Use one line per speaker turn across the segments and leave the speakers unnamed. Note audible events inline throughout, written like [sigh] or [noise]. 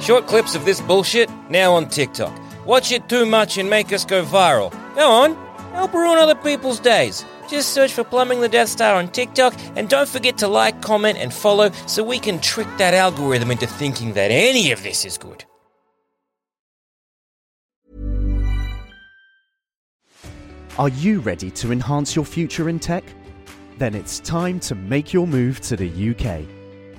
Short clips of this bullshit now on TikTok. Watch it too much and make us go viral. Go on, help ruin other people's days. Just search for Plumbing the Death Star on TikTok and don't forget to like, comment, and follow so we can trick that algorithm into thinking that any of this is good.
Are you ready to enhance your future in tech? Then it's time to make your move to the UK,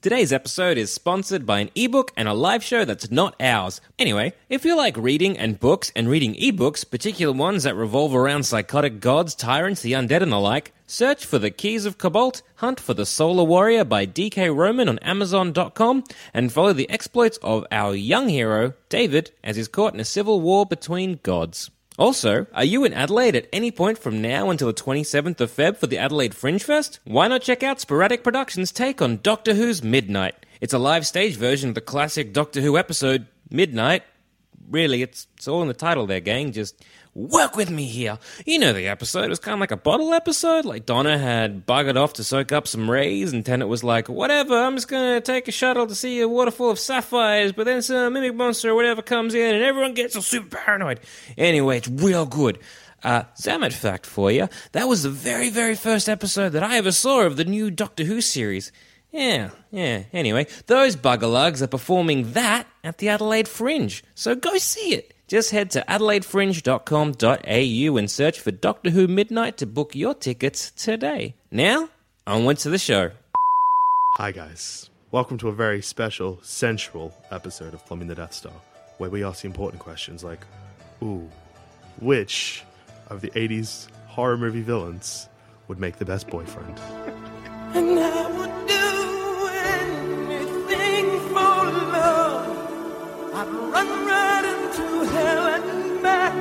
Today's episode is sponsored by an ebook and a live show that's not ours. Anyway, if you like reading and books and reading ebooks, particular ones that revolve around psychotic gods, tyrants, the undead, and the like, search for The Keys of Cobalt, Hunt for the Solar Warrior by DK Roman on Amazon.com, and follow the exploits of our young hero, David, as he's caught in a civil war between gods. Also, are you in Adelaide at any point from now until the 27th of Feb for the Adelaide Fringe Fest? Why not check out Sporadic Productions' take on Doctor Who's Midnight? It's a live stage version of the classic Doctor Who episode, Midnight. Really, it's, it's all in the title there, gang. Just work with me here. You know the episode. It was kind of like a bottle episode. Like Donna had buggered off to soak up some rays, and Tennant was like, whatever, I'm just going to take a shuttle to see a waterfall of sapphires, but then some mimic monster or whatever comes in, and everyone gets all super paranoid. Anyway, it's real good. Uh, Zamet fact for you. That was the very, very first episode that I ever saw of the new Doctor Who series. Yeah, yeah. Anyway, those bugger are performing that at the Adelaide Fringe, so go see it. Just head to adelaidefringe.com.au and search for Doctor Who Midnight to book your tickets today. Now, onwards to the show.
Hi, guys. Welcome to a very special, sensual episode of Plumbing the Death Star, where we ask the important questions like, ooh, which of the 80s horror movie villains would make the best boyfriend?
And I would do anything for love. I'd run right into hell and back.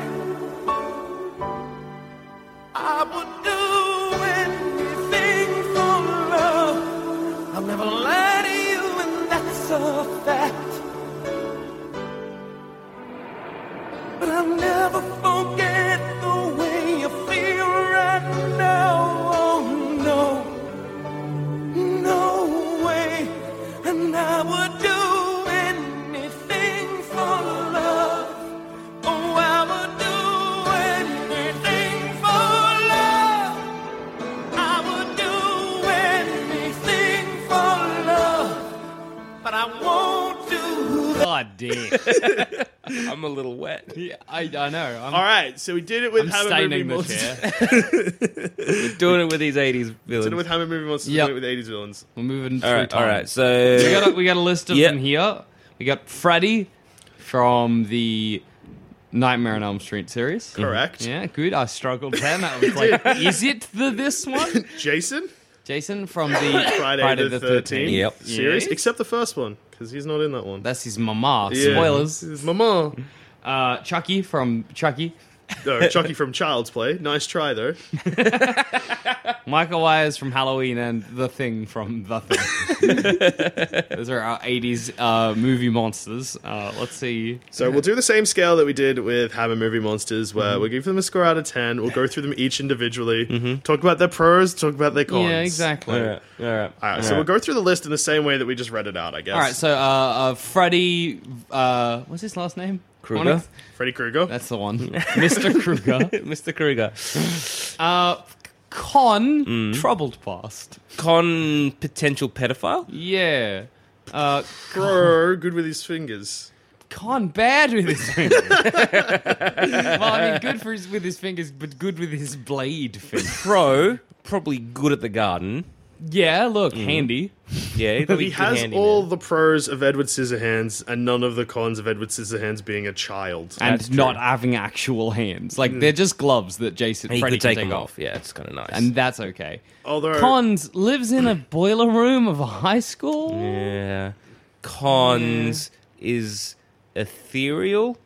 I would do anything for love. I'll never lie to you, and that's a fact. But I'll never forget the way you feel right now. Oh, no. No way, and I would do anything for love. Oh, I would do anything for love. I would do anything for love, but I won't do.
God damn.
I'm a little wet.
[laughs] Yeah, I, I know. I'm,
All right, so we did it with
I'm
Hammer Movie
staining the
Monsters.
[laughs]
[laughs] chair.
Doing it with these 80s
Did it with
villains.
Hammer Movie Monsters,
Yep. Mm-hmm.
did it with 80s villains.
We're moving through
All right,
time.
all right.
We
So
got a, we got a list of
Yep.
them here. We got Freddy from the Nightmare on Elm Street series.
Correct.
Yeah, good. I struggled then. I was
[laughs]
like, is it the this one?
Jason,
Jason from the
Friday, the, 13th
Yep.
series,
Yes.
except the first one, because he's not in that one.
That's his mama.
Yeah.
[laughs] Spoilers.
His mama.
Uh, Chucky from Chucky.
or Chucky from Child's Play. Nice try there.
Michael Myers from Halloween and The Thing from The Thing. Those are our 80s uh, movie monsters. Uh, let's see.
So we'll do the same scale that we did with Hammer Movie Monsters, where we'll give them a score out of ten. We'll go through them each individually, talk about their pros, talk about their cons.
Yeah, exactly.
All right. All right.
All right, so we'll go through the list in the same way that we just read it out, I guess.
All right, so uh, uh, Freddy. Uh, what's his last name?
Krueger?
Onyx?
Freddy Krueger.
That's the one. Mr. Krueger.
Mr. Kruger.
Uh, con. Troubled past.
Con potential [laughs] pedophile?
Yeah. Uh,
Krueger, good with his fingers.
con bad with his [laughs] fingers. well, I mean, good for his, with his fingers, but good with his blade fingers.
Pro, probably good at the garden.
Yeah, look,
Mm.
handy. [laughs]
Yeah, he'd be
He
good
has
handyman.
all the pros of Edward Scissorhands and none of the cons of Edward Scissorhands being a child.
and
That's
not
true. Mm.
having actual hands. Like they're just gloves that Jason
He
Freddy
could take
can
them
take
off. Yeah, it's kind of nice.
and that's okay.
Although-
Cons lives in a boiler room of a high school.
yeah. Cons is ethereal.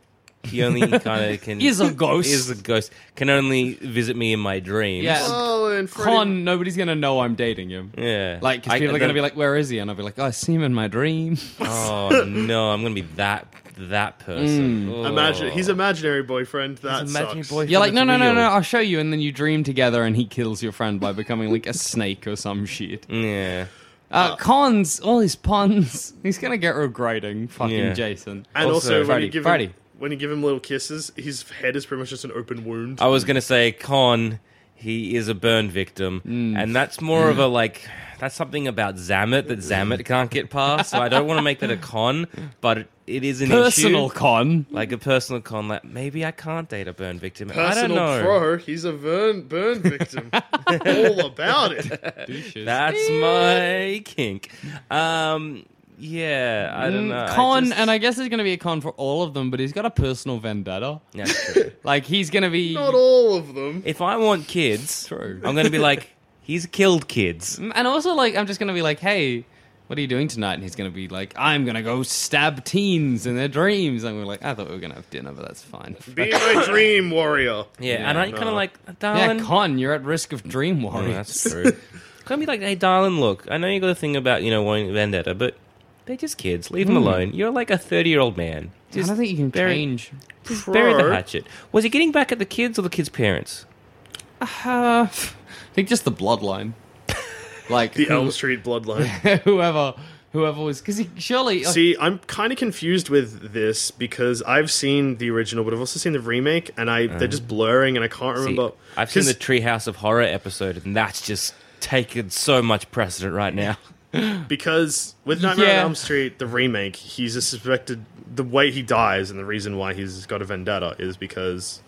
He
[laughs]
only kind of can.
Is a ghost.
Is a ghost. Can only visit me in my dreams.
Yeah.
oh, and Freddy,
Con, nobody's gonna know I'm dating him.
Yeah.
Like, 'cause
Mm. I-
people are gonna
the-
be like, "Where is he?" And I'll be like, "Oh, "I see him in my dream." [laughs]
Oh no, I'm gonna be that that person.
Mm.
Oh.
imagine he's imaginary boyfriend. That
imaginary
sucks.
boyfriend.
You're like, "No, no, no,
Real.
no! I'll show you." And then you dream together, and he kills your friend by becoming like a snake or
[laughs]
some shit.
Yeah.
Uh, cons, all his puns. He's gonna get regretting fucking
Yeah.
Jason.
And also, when
Freddy,
you give
Freddy.
him when you give him little kisses, his head is pretty much just an open wound.
I was gonna say Con. He is a burn victim,
Mm.
and that's more of a like. That's something about Zamet that Zamet can't get past. So I don't want to make that a con, but it, it is an
personal
issue.
con.
like a personal con. Like maybe I can't date a burn victim.
Personal
I don't know.
pro, he's a burn burn victim. [laughs] all about it.
That's my kink. Um, yeah, I don't know. uh, I
Mm, con,
just-
and I guess it's going to be a con for all of them, but he's got a personal vendetta.
That's true.
Like, he's going to be.
Not all of them.
if I want kids,
[laughs]
True. Mm,
I'm gonna be like, he's killed
[laughs]
kids.
And also, like, I'm just going to be like, hey, what are you doing tonight? And he's going to be like, I'm going to go stab teens in their dreams. And we're like, I thought we were going to have dinner, but that's fine.
Be
[laughs]
my dream warrior.
Yeah, and I'm kind
no.
of like, darling.
Yeah, con, you're at risk of dream
Oh,
warriors.
that's [laughs] true. Can be like, hey, darling, look, I know you got a thing about you know wanting vendetta, but they're just kids. Leave them alone. You're like a 30 year old man.
I
Just
don't think you can
bury-
change.
just bury the
Pro.
hatchet. Was he getting back at the kids or the kids' parents?
Uh, [laughs] I think just the [laughs] bloodline. Like,
The
who-
Elm
[laughs]
Street bloodline.
[laughs] whoever. Whoever was, because he surely like,
See, I'm kind of confused with this because I've seen the original, but I've also seen the remake, and I they're just blurring, and I can't
Mm. See,
remember.
I've seen the
'cause
Treehouse of Horror episode, and that's just taken so much precedent right now.
because with Nightmare
Yeah.
on Elm Street, the remake, he's a suspected. The way he dies and the reason why he's got a vendetta is because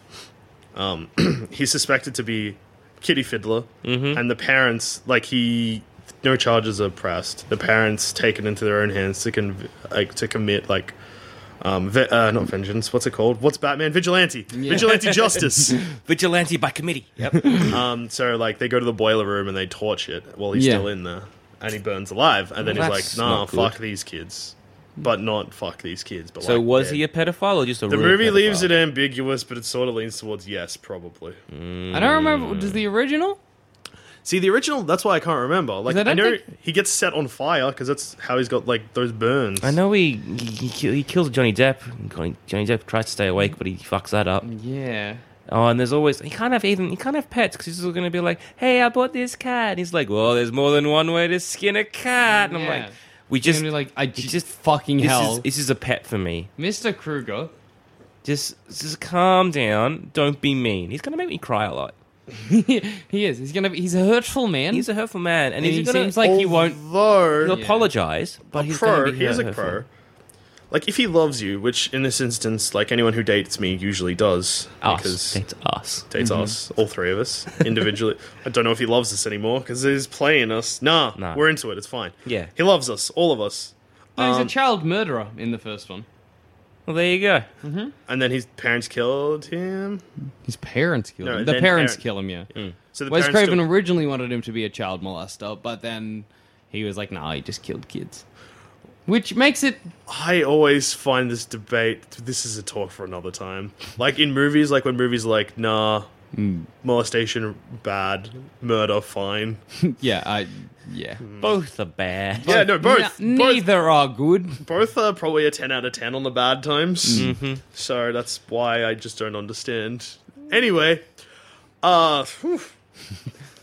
um, [clears throat] he's suspected to be Kitty Fiddler, and the parents, like he, no charges are pressed. The parents take it into their own hands to conv- like to commit like. Um, vi- uh, not vengeance. What's it called? What's Batman? Vigilante. Vigilante justice.
Vigilante by committee. Yep.
Um, so like they go to the boiler room and they torch it while he's
Yeah.
still in there, and he burns alive. And then
Well,
he's
that's
like, "Nah,
not good.
fuck these kids," but not fuck these kids. But
so
like,
was
they're-
he a pedophile or just a
The movie leaves it ambiguous, but it sort of leans towards yes, probably.
Hmm.
I don't remember. Does the original?
See, the original. That's why I can't remember. Like
'Cause I
I,
don't
know
think-
he gets set on fire because that's how he's got like those burns.
I know he he, he he kills Johnny Depp. Johnny- Johnny Depp tries to stay awake, but he fucks that up.
Yeah.
Oh, and there's always he can't have even he can't have pets because he's all going to be like, "Hey, I bought this cat." And he's like, "Well, there's more than one way to skin a cat." And I'm
Yeah.
like, "We
Just
just
like I j-
just-
just fucking
this
hell,
is this is a pet for me.
Mr. Kruger. [laughs]
Just just calm down. Don't be mean." He's going to make me cry a lot.
he is. He's gonna. Be, he's a hurtful man.
He's a hurtful man, and,
and
he's
he
gonna,
seems like he won't.
Although,
he'll apologize, but he's going
pro.
to be
He is a
hurtful.
pro. Like if he loves you, which in this instance, like anyone who dates me usually does,
Us, it's us.
dates us, all three of us,
[laughs]
individually. I don't know if he loves us anymore because he's playing us. Nah,
Nah.
we're into it. It's fine.
Yeah.
He loves us, all of us.
No, he's a child murderer in the first one.
Well, there you go.
And then his parents killed him.
His parents kill
No,
him. The
then
parents
parent-
kill him. Yeah.
So the
Wes
parents
Craven
still-
originally wanted him to be a child molester, but then he was like, "Nah, he just killed kids." which makes it
I always find this debate. This is a talk for another time. Like in movies, like when movies are like nah,
Mm.
molestation bad, murder fine.
yeah, I yeah.
Hmm.
Both are bad.
yeah, no, both.
Ne-
both,
neither are good.
both are probably a ten out of ten on the bad times.
Mm-hmm.
So that's why I just don't understand. Anyway, uh,
[laughs]
whew.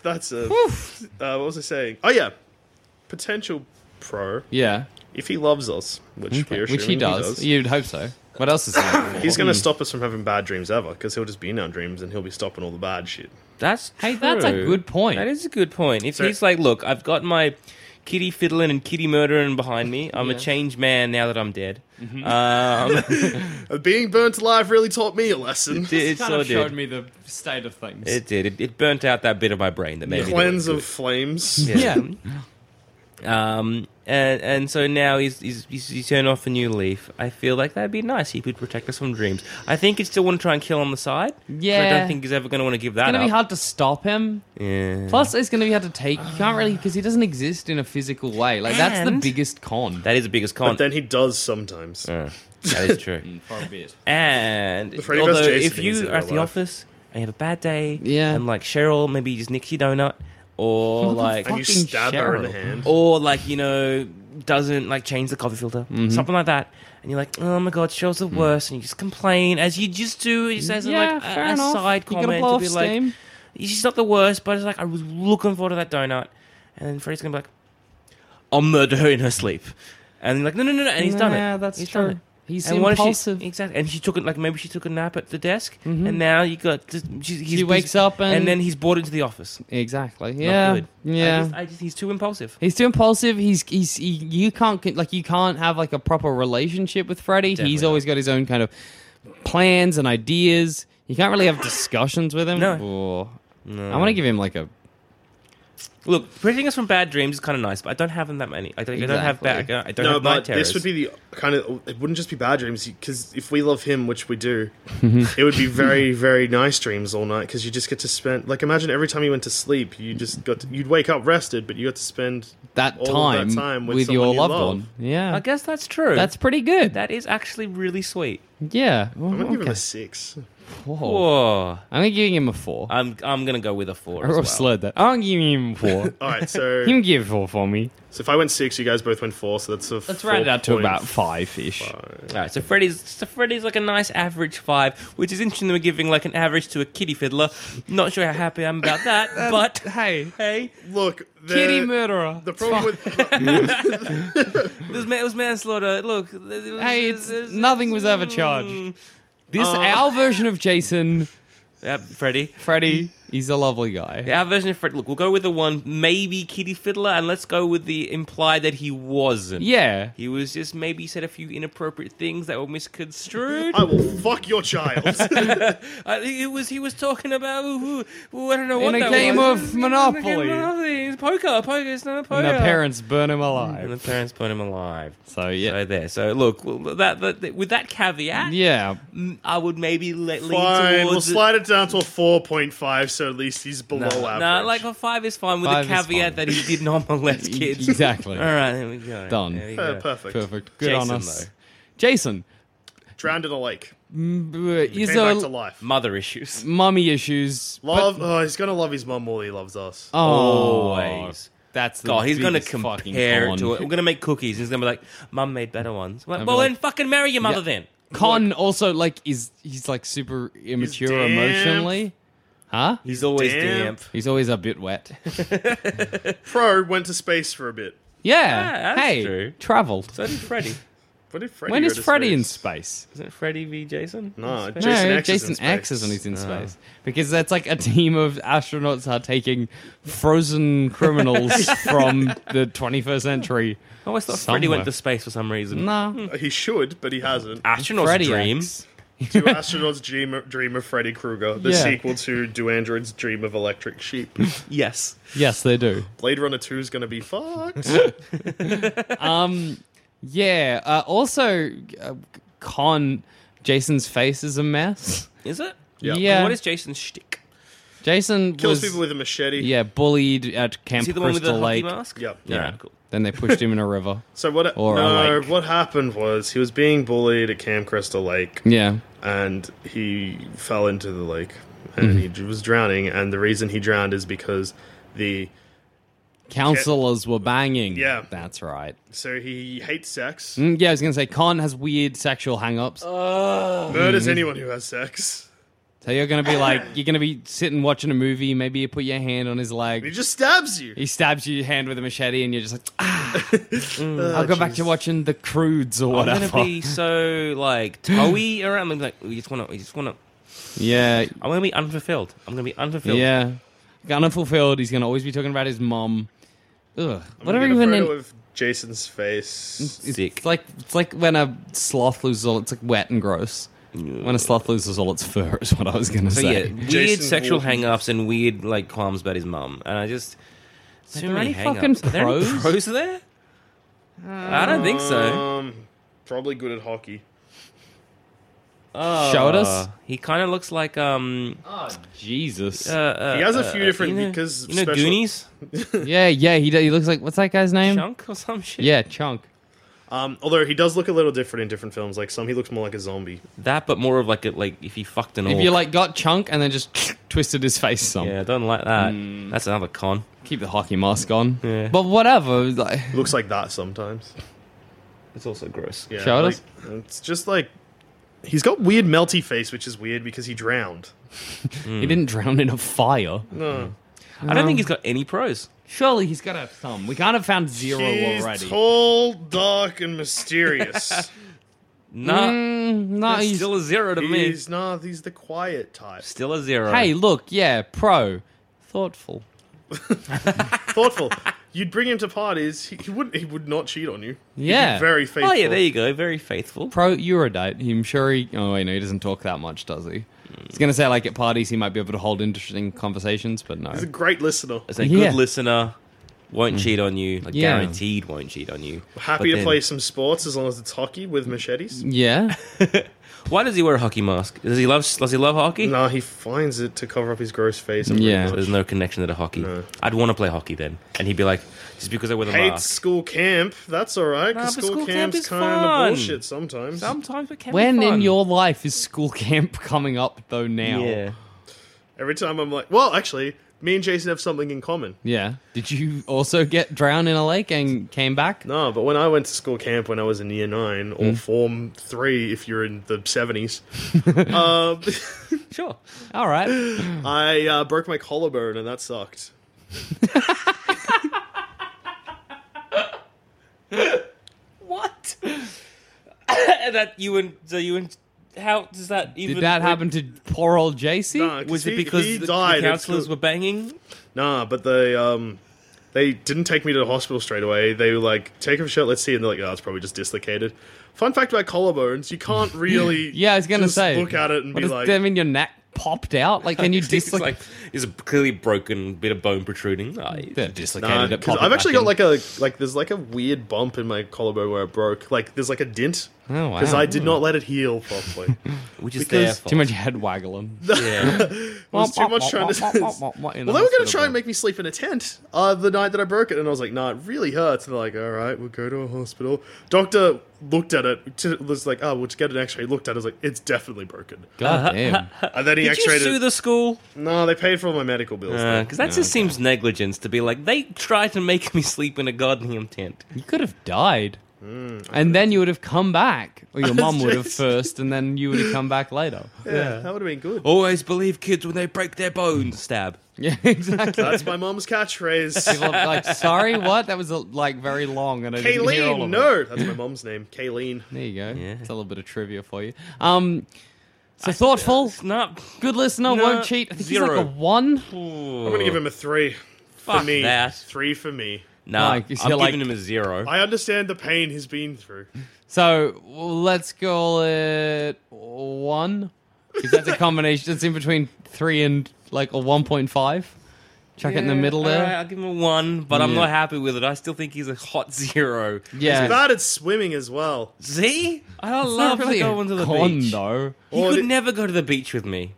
that's a. Uh, what was I saying? Oh yeah, potential pro
Yeah,
if he loves us, which we're
which
assuming
he does. Mm-hmm. You'd hope so. What else is there?
He's going to stop us from having bad dreams ever because he'll just be in our dreams and he'll be stopping all the bad shit.
That's
Hey, that's a
true.
good point.
That is a good point. If
So-
he's like, look, I've got my kitty fiddling and kitty murdering behind me. I'm a changed man now that I'm dead.
Mm-hmm. [laughs]
Um,
Uh, Being burnt alive really taught me a lesson.
it, it
kind
sort
of
of
showed
did.
me the state of things.
It did. It, it burnt out that bit of my brain that made me
[laughs] Cleanse
do it.
of flames.
yeah.
Um, and and so now he's he's he's, he's turned off a new leaf. I feel like that'd be nice. He could protect us from dreams. I think he'd still want to try and kill on the side. but I
Yeah.
don't think he's ever going to want to give that
It's gonna
up.
be hard to stop him.
Yeah.
Plus, it's gonna be hard to take. You can't really because he doesn't exist in a physical way. Like that's the
And-
biggest con.
That is the biggest con.
But then he does sometimes.
Uh, that is true.
for a bit.
And
Freddy vs.
although
Jason
if
is in
you are at
real
the
life.
office and you have a bad day,
Yeah.
and like Cheryl, maybe you just nicks your donut,
[laughs]
or like,
and you
fucking
stab her in the
Cheryl.
hand.
or like you know, doesn't like change the coffee filter,
Mm-hmm.
something like that, and you're like, oh my god, Cheryl's the worst, and you just complain as you just do. He says
Mm. Yeah,
like
fair
a, a
enough.
side
You're gonna
comment
blow
to
off
be like,
steam.
she's not the worst, but it's like I was looking forward to that donut, and then Freddy's gonna be like, I'll murder her in her sleep, and you're like, no, no, no, no, and he's done it.
Yeah, that's
he's Done
true.
it.
He's
what if she-
impulsive. Mm-hmm.
exactly. And she took it like maybe she took a nap at the desk, and now you got just, she, he's,
wakes up and-
then he's brought into the office.
exactly.
Not
Yeah.
good. I
Yeah.
just- I just- he's too impulsive.
He's too impulsive. He's he's he, you can't con- like you can't have like a proper relationship with Freddy. he's
Definitely
always got his own kind of plans and ideas. You can't really
[sighs]
have discussions with him.
No.
Or- I want to give him like a
Look, protecting us from bad dreams is kind of nice, but I don't have them that many. I don't, I don't have bad.
Exactly.
I don't
No,
have night
but
terrors.
this would be the kind of. It wouldn't just be bad dreams because if we love him, which
[laughs]
we do, it would be very, very nice dreams all night because you just get to spend. Like, imagine every time you went to sleep, you just got. To, you'd wake up rested, but you got to spend
that
all of
time,
that time with,
with,
someone
your
you
loved
love.
one. Yeah.
I guess that's true.
That's pretty good.
that is actually really sweet.
yeah.
I'm gonna give him
Okay.
a six.
Whoa.
Whoa,
I'm gonna give him a four.
I'm I'm gonna go with a four.
I
as well.
slurred that. I'm giving him a four.
All right, so
[laughs]
Him give a four for me.
so if I went six, you guys both went four, so that's a.
Let's round it out to about
4.5.
five ish.
All right, so Freddy's so Freddy's like a nice average five, which is interesting. That we're giving like an average to a kitty fiddler. Not sure how happy I'm about
[laughs]
that,
Um,
but
Hey,
hey,
Look, the,
kitty murderer.
The problem with
it was, ma- it was manslaughter. Look, it was-
Hey, it's,
it was- Mm.
nothing was ever charged. This our version of Jason.
Yeah, Freddy.
Freddy, he's a lovely guy.
Our version of Freddy. Look, we'll go with the one maybe kitty fiddler, and let's go with the implied that he wasn't.
Yeah.
He was just maybe said a few inappropriate things that were
[laughs]
misconstrued.
I will fuck your child.
I think it was he was talking about ooh, ooh, I don't know
In
what
a
that
game
was.
of
In a
Monopoly.
game of Monopoly. It's poker, poker. It's not a poker.
And the parents burn him
Oh, And the
alive.
parents burn him alive.
So yeah,
So there. So look, well, that, that, that- with that caveat,
yeah.
[laughs] mm, I would maybe let lean
Fine, we'll
towards.
slide it down to a 4.5, so at least he's below
no,
average.
like a five is fine with
Five
the
is fine.
caveat that he did not
[laughs]
molest kids.
Exactly.
All right, there we go.
Done.
There we
Uh,
go.
perfect.
Perfect. Good
Jason,
on us. Jason
Drowned in a lake.
mm, is
Came back to
a
life.
Mother issues.
mummy issues. but- Uh, oh,
Love. oh, he's gonna love his mum more than he loves us.
Always.
That's the
God, he's going to
biggest fucking
compare it
con.
to it. We're going to make cookies. He's going to be like, Mum made better ones. Well,
I'd be
well
like-
then fucking marry your mother then.
Con also like is he's like super immature
damp.
emotionally. Huh?
He's always damp.
damp.
He's always a bit wet. [laughs]
Pro went to space for a bit.
Yeah.
that's
hey,
true.
traveled.
So did Freddy.
What did Freddy
when
go
is
to
Freddy
space?
in space?
[laughs] Isn't Freddy v Jason?
No,
Space?
Jason
no,
X is
Jason
in space. Ah.
X is when he's in space because that's like a team of astronauts are taking
[laughs]
frozen criminals from the 21st century.
I always thought Freddy
Somewhere.
went to space for some reason.
No,
Uh, He should, but he
[laughs]
hasn't.
Astronaut's
Freddy
dream.
X.
Do astronauts dream of, dream of Freddy Krueger? The
Yeah.
sequel to Do Androids Dream of Electric
[laughs]
Sheep?
Yes.
Yes, they do.
Blade Runner Two is gonna be fucked.
Um, Yeah. Uh, also, uh, con Jason's face is a mess.
Is it?
Yeah.
And
Yeah.
what is Jason's shtick?
Jason
Kills
was,
people with a machete.
yeah bullied at Camp
Is he the
Crystal
one with the hockey
Lake.
mask?
Yep.
Yeah.
Alright, cool.
Then they pushed him in a river.
So what?
Or a
no,
lake.
what happened was he was being bullied at Camp Crystal Lake,
[laughs]
Yeah.
and he fell into the lake, and he
Mm-hmm.
d- was drowning. And the reason he drowned is because the
Counselors were banging.
Yeah.
That's right.
so he hates sex,
Mm, yeah, I was going to say, Khan has weird sexual hang ups. Mm-hmm.
murders anyone who has sex.
so you're going to be like, you're going to be sitting watching a movie. Maybe you put your hand on his
He
leg.
just stabs you.
He stabs your hand with a machete, and you're just like, ah. I'll go back to watching The Crudes or
I'm
whatever.
gonna be so like toey around. I'm like, we just wanna, we just wanna.
[laughs] Yeah.
I'm gonna be unfulfilled. I'm gonna be unfulfilled.
Yeah. Unfulfilled. He's going to always be talking about his mum. Ugh.
I'm gonna
Whatever
get a
even.
photo
in-
of Jason's face.
It's
Sick.
like it's like when a sloth loses all it's like wet and gross. When a sloth loses all its fur is what I was gonna
So yeah,
say.
weird
Jason
sexual
Voorhees.
hang-ups and weird like qualms about his mum, and I just too
there
many
any
hang-ups.
fucking
Are there any
pros?
pros there? I don't think so.
Um, probably good at hockey.
Oh,
Showed Uh, us?
He kind of looks like um.
Jesus.
Uh, uh,
He has a
uh,
few different-
you know,
because
you know
special-
Goonies
yeah, yeah, he, do- he looks like what's that guy's name?
chunk or some shit.
Yeah, Chunk.
Um, although he does look a little different in different films. Like some, he looks more like a zombie.
that, but more of like a, like if he fucked an.
If
orc.
you like got Chunk and then just [laughs] twisted his face some.
yeah, I don't like that.
Mm.
That's another con.
Keep the hockey mask on.
Yeah.
But whatever. Like,
Looks like that
[laughs]
sometimes.
It's also gross.
Yeah,
Shout
like,
us?
It's just like he's got weird melty face, which is weird because he drowned.
Hmm.
He didn't drown in a fire.
No,
I don't
Um,
think he's got any pros.
Surely he's got to have some. We can't have found zero
he's
already.
tall, dark, and
[laughs]
mysterious.
Nah,
Mm, no,
that's
he's
still a zero to me.
he's not. He's the quiet type.
[laughs]
Still a zero.
Hey, look, yeah, pro. Thoughtful.
Thoughtful. You'd bring him to parties. He, he wouldn't. He would not cheat on you.
Yeah.
Very faithful.
oh yeah, there you go. Very faithful.
pro erudite. I'm sure he. Oh wait, no, he doesn't talk that much, does he?
Hmm.
He's gonna say like at parties he might be able to hold interesting conversations, but no.
He's a great listener.
It's a
Yeah. Mm.
good listener. Won't cheat on you. Like
Yeah.
guaranteed, won't cheat on you. But
Happy to
then-
play some sports as long as it's hockey with machetes.
Yeah,
Why does he wear a hockey mask? Does he love? Does he love hockey?
Nah, he finds it to cover up his gross face. And
Yeah.
yeah,
So there's no connection to the hockey.
No.
I'd want to play hockey then, and he'd be like, just because I wear the
hates
mask.
school camp. That's all right.
Nah,
Because
but
school,
school camp
camp's
is
kind of
fun.
bullshit sometimes.
Sometimes it can
when
be fun.
in your life is school [laughs] camp coming up though? Now,
yeah.
Every time I'm like, well, actually, me and Jason have something in common.
Yeah. Did you also get drowned in a lake and came back?
No, but when I went to school camp when I was in year nine
Hmm.
or form three, if you're in the
[laughs]
seventies, um, [laughs]
Sure.
[gasps]
All right.
I uh, broke my collarbone and that sucked.
What? [laughs] that you and so you and how does that even?
Did that happen to poor old JC?
Nah, 'cause
Was it
he-
because
he
the,
died,
the
it's
counselors
good.
were banging?
Nah, but they um, they didn't take me to the hospital straight away. They were like, "Take off your shirt, let's see," and they're like, "Oh, it's probably just dislocated." Fun fact about collarbones: you
[laughs]
can't really.
yeah, I was gonna
just
say.
look at it and
what
be
does
like,
that mean your neck popped out? Like,
[laughs]
can
[laughs]
you
It's
dislocate?
like, is a clearly broken bit of bone protruding. Ah,
[laughs]
you-
Yeah, dislocated
Nah,
it,
'cause
pop it
I've
back
actually got
in.
like a like there's like a weird bump in my collarbone where it broke. Like there's like a dent
Oh, wow.
because I did not let it heal properly.
[laughs]
which is
Because-
their fault.
too much head
[laughs]
waggling.
Yeah.
It was too much trying to. [laughs] well, they were going to try and make me sleep in a tent uh, the night that I broke it, and I was like, "Nah, it really hurts." And they're like, "All right, we'll go to a hospital." Doctor looked at it, t- was like, "Oh, we'll just get an X-ray." He Looked at, it, was like, "It's definitely broken."
God damn.
And then he
Did you
X-rayed
sue
it.
the school?
no, they paid for all my medical bills. though.
Because Uh, that just seems negligence to be like they tried to make me sleep in a goddamn tent.
You could have died.
Hmm,
and then you would have come back.
[laughs]
Or your mum would have
Just-
first, and then you would have come
[laughs]
back later.
yeah, that would have been good.
Always believe kids when they break their bones. Stab.
Yeah, exactly.
That's my mom's catchphrase.
People are like, sorry, what? That was a, like very long, and I didn't hear all
Kayleen,
of it.
no, that's my mom's name, Kayleen.
There you go.
Yeah.
It's a little bit of trivia for you. Um, so thoughtful,
Not.
good listener,
No,
won't cheat. I think he's like
zero.
a one.
I'm gonna give him a three.
Fuck
for me,
that.
three for me.
Nah,
Like, is he
I'm
like-
giving him a zero.
I understand the pain he's been through.
So well, let's call it one. Because that's a combination. It's in between three and like a one point five. Chuck it in the middle there.
Alright, I'll give him a one, but I'm
Yeah.
not happy with it. I still think he's a hot zero.
He's
yeah,
bad at swimming as well.
See, I
It's
love
not really a
going to the
con,
beach.
though.
He
Or
could
the-
never go to the beach with me.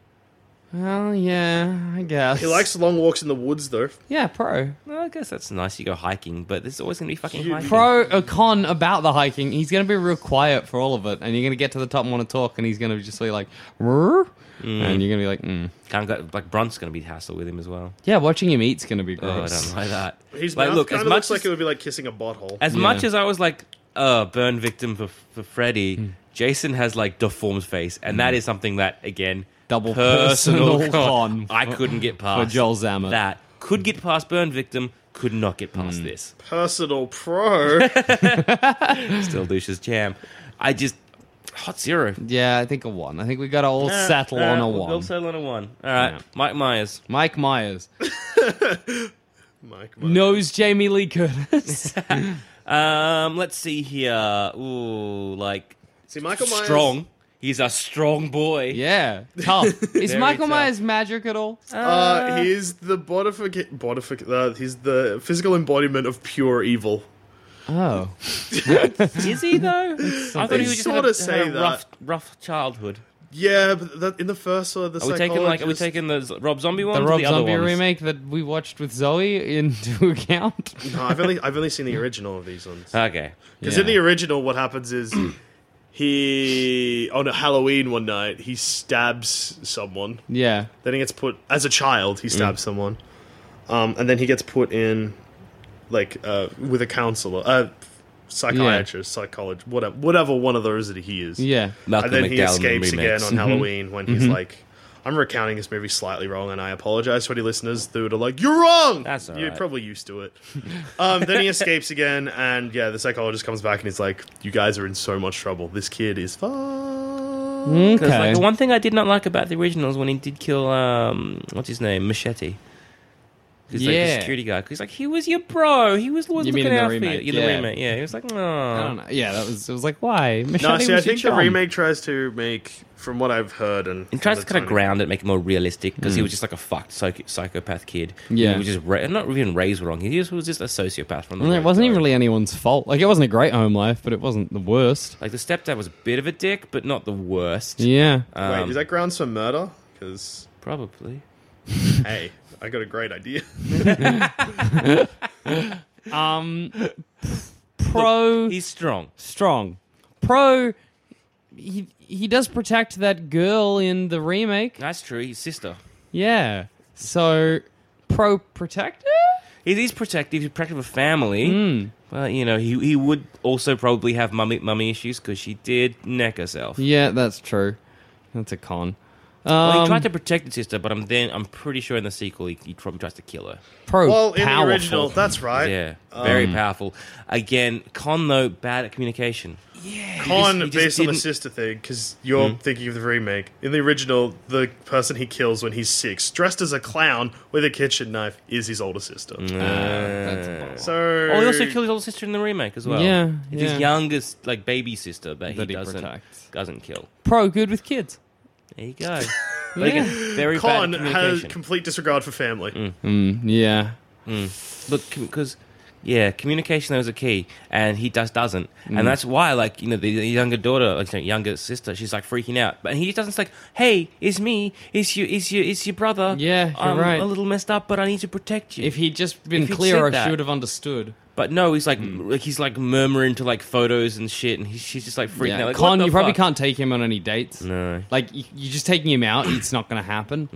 Well, yeah, I guess.
He likes long walks in the woods, though.
Yeah, pro.
Well, I guess that's nice. You go hiking, but there's always going to be fucking hiking.
Pro or con about the hiking, he's going to be real quiet for all of it, and you're going to get to the top and want to talk, and he's going to just be like, "Rrr," and you're going to be like, mm.
Can't go, like Brunt's going to be hassled with him as well.
"Yeah, watching him eat's going to be
Oh, I
gross."
don't like that.
His
like,
mouth
look,
kind
as
of looks
much
like
as,
it would be like kissing a butthole.
as
Yeah.
much as I was like, uh, burn victim for for Freddy, Jason has like deformed face, and that is something that again,
Double personal con
[laughs] I couldn't get past
Joel Zammert.
That could get past burn victim, could not get past this.
Personal
[laughs]
pro.
Still douches jam. I just hot zero.
yeah, I think a one. I think we got to all settle on a
We'll-
one.
We'll settle on a one. All right,
Yeah.
Mike Myers.
Mike Myers
Mike, Mike.
knows Jamie Lee
[laughs]
Curtis.
Um, let's see here. Ooh, like
See, Michael Myers.
strong. He's a strong boy.
yeah, tough. Is
Very
Michael
tough.
Myers magic at all?
Uh, he is the bodific- bodific- uh, he's the physical embodiment of pure evil.
[laughs]
Oh, [laughs]
Is he though? I thought
They
he was just
sorta
had a, had
say
a
that.
rough, rough childhood.
Yeah, but that, in the first one, the
Are we taking like? Are we
psychologist-
taking the Z- Rob Zombie one?
the
or
Rob
the other
Zombie
ones?
remake that we watched with Zoe into [laughs] account.
No, I've only I've only seen the original of these ones.
Okay.
Because in
Yeah.
the original, what happens is he on a Halloween one night he stabs someone.
Yeah,
Then he gets put as a child. He
Mm.
stabs someone, um, and then he gets put in like uh, with a counselor, uh, psychiatrist, psychologist, whatever, whatever one of those that he is.
yeah.
Malcolm
and then he
McDowell
escapes again
remakes.
on Halloween when
Mm-hmm.
he's like, "I'm recounting this movie slightly wrong, and I apologize to any listeners who are like, you're wrong.
That's all
You're
right.
probably used
[laughs]
to it." um, then he escapes again, and yeah, the psychologist comes back and he's like, "You guys are in so much trouble. This kid is fucked."
Because
Okay.
like the one thing I did not like about the originals when he did kill um what's his name Machete. He's like the
Yeah.
security guy. He's like he was your bro. He was the one
You mean
looking
in the
out
remake,
for you. In the
yeah.
remake, yeah. He was like, oh.
I don't know. Yeah, that was. It was like, why?
No,
Machete
see, I
was your
think the
chum.
remake tries to make, from what I've heard, and
He tries to
from the
kind of
time-
ground it, make it more realistic, because he was just like a fucked psych- psychopath kid.
Mm. Yeah.
he was just ra- not even raised wrong. He just was just a sociopath from the.
And it
word
wasn't
go.
even really anyone's fault. Like, it wasn't a great home life, but it wasn't the worst.
like the stepdad was a bit of a dick, but not the worst.
Yeah.
Uh,
Wait, is that grounds for murder? Because
[laughs] Probably.
hey, I got a great idea.
Um, pro
He's strong.
strong. Pro. He he does protect that girl in the remake.
That's true. His sister.
Yeah. So pro protector.
He is protective. He's protective of family.
Hmm.
Mm. But you know, he he would also probably have mummy mummy issues because she did neck herself.
Yeah, that's true. That's a con. Um,
Well, he tried to protect his sister, but I'm then I'm pretty sure in the sequel he, he probably tries to kill her.
[laughs]
pro
well, in
powerful. Uh,
the original, that's right.
Oh, Yeah, very
Um.
powerful. Again, Con though bad at communication.
Con
He just- he just
based on the
didn't-
sister thing because
Hmm.
you're thinking of the remake. In the original, the person he kills when he's six, dressed as a clown with a kitchen knife, is his older sister. Uh,
That's a con.
So
Mm. Oh, he also killed his older sister in the remake as well.
Yeah,
it's
yeah.
his youngest like baby sister that he
That he
doesn't
protects.
doesn't kill.
pro good with kids.
There you
[laughs]
go. Like, again, very
Con
bad at
has
communication. Mm.
complete disregard for family.
Yeah.
Look, because yeah, communication though is a key, and he just doesn't,
Mm.
and that's why like you know the, the younger daughter, like sorry, younger sister, she's like freaking out, but he just doesn't it's like, hey, it's me, it's you, it's you, it's your brother.
Yeah, you're
I'm
right.
a little messed up, but I need to protect you.
If he'd just been
If he'd
clearer,
said that.
she would have understood.
but no, he's like
Mm.
like he's like murmuring to like photos and shit, and he, she's just like freaking
Yeah.
out. Like,
Con,
what the
you probably
fuck?
can't take him on any dates.
No.
Like, you, you're just taking him out. It's not going to happen.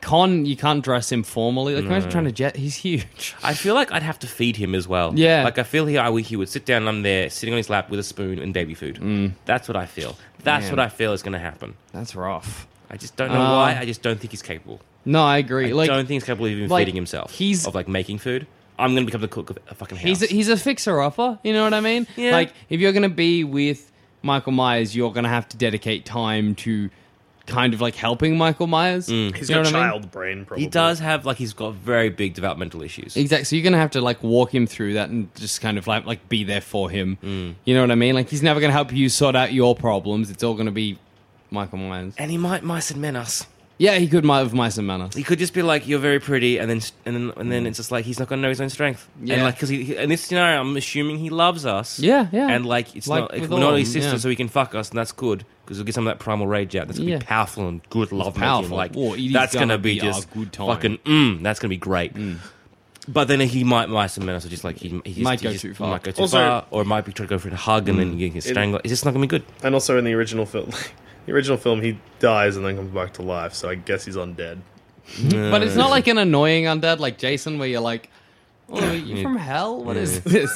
Con, you can't dress him formally. Like, imagine trying to jet. He's huge. [laughs]
I feel like I'd have to feed him as well.
Yeah.
Like I feel he, I, he would sit down and I'm there sitting on his lap with a spoon and baby food.
Mm.
That's what I feel. That's
Man.
what I feel is going to happen.
That's rough.
I just don't know
Uh,
why. I just don't think he's capable.
No, I agree.
I
like,
don't think he's capable of even
like,
feeding himself.
he's-
of like making food. I'm going to become the cook of a fucking house.
he's a, he's a fixer upper. You know what I mean?
Yeah.
Like, if you're going to be with Michael Myers, you're going to have to dedicate time to kind of like helping Michael Myers.
Mm.
He's
You know
got
what I mean?
child brain, probably.
he does have like he's got very big developmental issues.
Exactly. So you're gonna have to like walk him through that and just kind of like like be there for him.
Mm.
You know what I mean? Like he's never
Eh.
gonna help you sort out your problems. It's all gonna be Michael Myers.
and he might mice and men us.
Yeah, he could have mice and manner.
He could just be like, "You're very pretty," and then and then and then it's just like he's not gonna know his own strength.
Mm. Yeah.
And like, because he, he- in this scenario, I'm assuming he loves us.
Yeah, yeah.
And like, it's
Like
not like,
with
we're
all
not
of
his
them,
sister,
yeah.
so he can fuck us, and that's good because we'll get some of that primal rage out. That's gonna
Yeah.
be powerful and good love making.
powerful.
Like,
Oh, it is
that's gonna,
gonna
be,
be our
just
good time.
fucking. Mm, that's gonna be great. But then he might mice and menace, or just like he, he just,
Might
he
go
just
too far. Mm.
might go too
Also-
far, or might be trying to go for a hug and then you get strangled. It's just not gonna be good.
And also in the original film, [laughs] the original film, he dies and then comes back to life. So I guess he's undead.
But it's not like an annoying undead like Jason, where you're like, "Oh, you from hell? What is this?"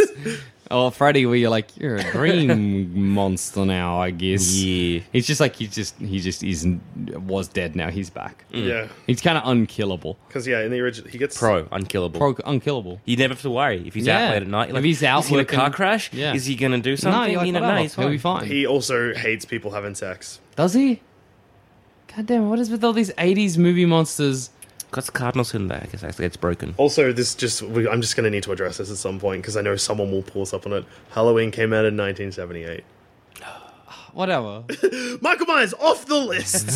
or Freddy, where you're like, "You're a dream monster now, I guess."
Yeah.
He's just like he just he just isn't was dead. Now he's back.
Yeah,
He's kind of unkillable,
because yeah, in the original, he gets
Pro unkillable.
Mm. Pro- unkillable.
You never have to worry if he's out
Yeah.
late at night. you're
If
Like,
he's out
is he in a
working-
car crash?
Yeah.
Is he going to do
No,
something?
you're like,
you know, no,
whatever,
he's
he'll be
fine.
fine.
He also hates people having sex.
Does he? God damn! it, What is with all these '80s movie monsters?
Got the Cardinals in there. I guess it's broken.
Also, this just we, I'm just going to need to address this at some point because I know someone will pull us up on it. Halloween came out in 1978.
Whatever.
Michael Myers off the
[laughs]
list.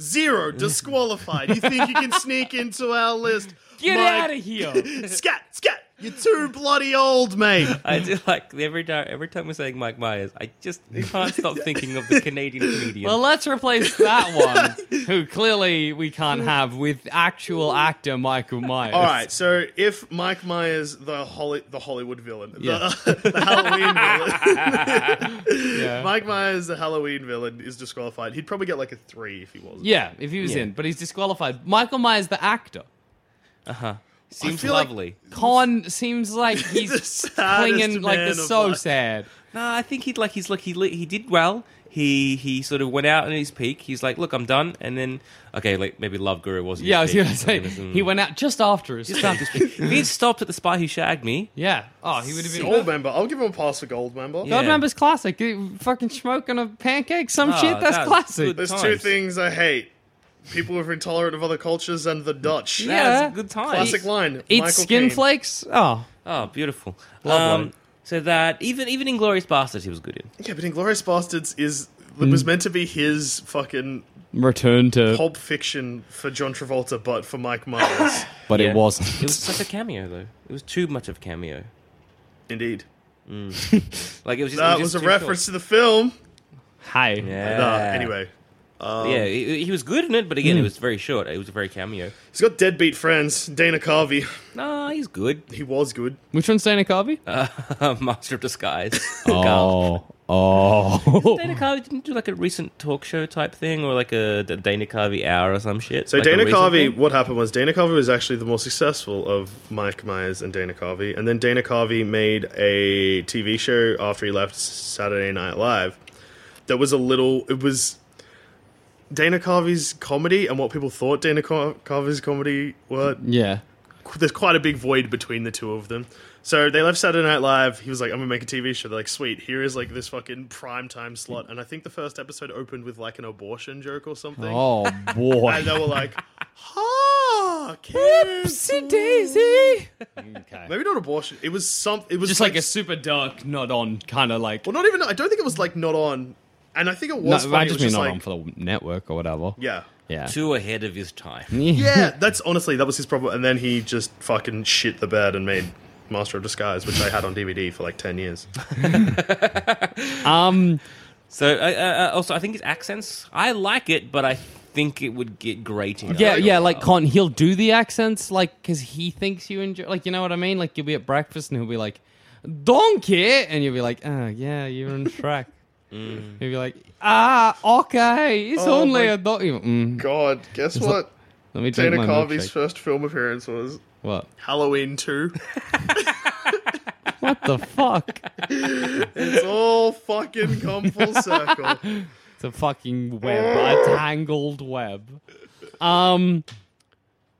Zero disqualified. You think you can sneak into our list?
Get
Mike-
out of [laughs] here!
Scat, scat. You're too bloody old, mate.
I do like every time. Every time we're saying Mike Myers, I just can't [laughs] stop thinking of the Canadian comedian.
Well, let's
[laughs]
replace that one, who clearly we can't have, with actual actor Michael Myers.
All right, so if Mike Myers, the Holly, the Hollywood villain,
Yeah.
the, [laughs] the Halloween villain,
Yeah.
Mike Myers, the Halloween villain, is disqualified, he'd probably get like a three if he wasn't.
Yeah, if he was
Yeah.
in, but he's disqualified. Michael Myers, the actor.
Seems
feel like-
lovely.
Con
[laughs]
seems like he's
The saddest
clinging like
man
this
of
so
life.
sad.
No, I think he'd like. He's like he li- he did well. He he sort of went out in his peak. He's like, look, I'm done. And then okay, like maybe Love Guru wasn't.
Yeah, I was
his
gonna
peak.
say he went out just after us.
Just after his peak. If he'd stopped at the spy who shagged me.
Yeah. Oh, he would have been.
Gold member. I'll give him a pass for gold member.
Yeah.
God members classic. You fucking smoking a pancake, some
Ah,
Oh,
shit. That's
that was
classic.
good.
There's two
Times.
things I hate: people who are intolerant of other cultures and the Dutch.
Yeah.
That was a good time.
Classic line.
Eat
Michael
skin
Caine.
flakes. Oh,
Oh, beautiful.
Lovely.
Um, so that even even Inglorious Bastards, he was good in.
Yeah, but Inglorious Bastards is it
Mm.
was meant to be his fucking
return to,
pulp fiction for John Travolta, but for
[gasps]
Mike Myers.
but
Yeah.
it wasn't.
It was such a cameo though. It was too much of a cameo.
Indeed,
Like it was. Just,
that
it
was
just
a
too short.
reference to the film.
Hi.
Yeah.
Nah, anyway, Um, hmm.
yeah, he, he was good in it, but again, it was very short. It was a very cameo.
he's got deadbeat friends. Dana Carvey. [laughs]
Nah, he's good. [laughs] Um,
He was good.
Which one's Dana Carvey?
Master of
[laughs]
Disguise.
oh, oh.
Dana Carvey didn't do like a recent talk show type thing, or like a D- Dana Carvey hour or some shit.
So
like a
Dana
recent
Carvey,
thing?
what happened was Dana Carvey was actually the more successful of Mike Myers and Dana Carvey, and then Dana Carvey made a TV show after he left Saturday Night Live. That was a little. It was Dana Carvey's comedy and what people thought Dana Car- Carvey's comedy were.
yeah.
There's quite a big void between the two of them. So they left Saturday Night Live. He was like, "I'm gonna make a TV show." They're like, "Sweet, here is like this fucking prime time slot." And I think the first episode opened with like an abortion joke or something.
Oh boy.
And they were
[laughs]
like, "Ha, kids."
Oopsie daisy.
Maybe not abortion. It was some. It was
Just like a super dark, not on kind of like.
well, not even. I don't think it was like not on. And I think it
No,
was. funny.
I
It
just
was
mean
just
not
like,
on for the network or whatever.
yeah,
Yeah.
too ahead of his time.
[laughs]
yeah. That's honestly that was his problem. And then he just fucking shit the bed and made Master of Disguise, which I had on DVD for like ten years.
Um.
So uh, uh, uh, also, I think his accents. I like it, but I think it would get grating.
Yeah, yeah, like
Con-
Con, he'll do the accents, like, because he thinks you enjoy, like, you know what I mean? Like, you'll be at breakfast and he'll be like, donkey, and you'll be like, oh, yeah, you're
[laughs]
on track. He'll be like, ah, okay, it's
Mm. Oh
only
my-
a donkey. Mm,
God, guess what?
let me drink
Dana
my
Carvey's
milkshake.
first film appearance was
what?
Halloween Two.
What the fuck?
[laughs] It's all fucking
[laughs]
come full circle.
It's a fucking web, a tangled web. Um,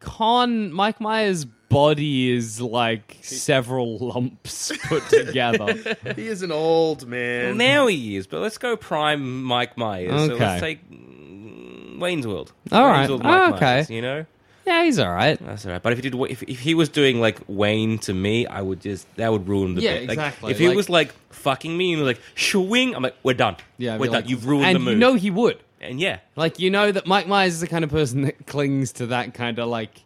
Con Mike Myers' body is like several lumps put together.
[laughs]
He is an old man.
now he is, but let's go prime Mike Myers. So
Okay.
let's take mm, Wayne's World.
All
Wayne's
right. Oh,
World Mike
Okay.
Myers, you know.
yeah, he's all right.
That's all right. But if he did, if, if he was doing like Wayne to me, I would just that would ruin the
Yeah,
bit. Like,
exactly.
If he
Like-
was like fucking me and like shwing, I'm like we're done.
Yeah, I'd
we're
be
done.
like-
You've ruined
and
the
you
mood.
know he would.
And yeah,
Like you know that Mike Myers is the kind of person that clings to that kind of like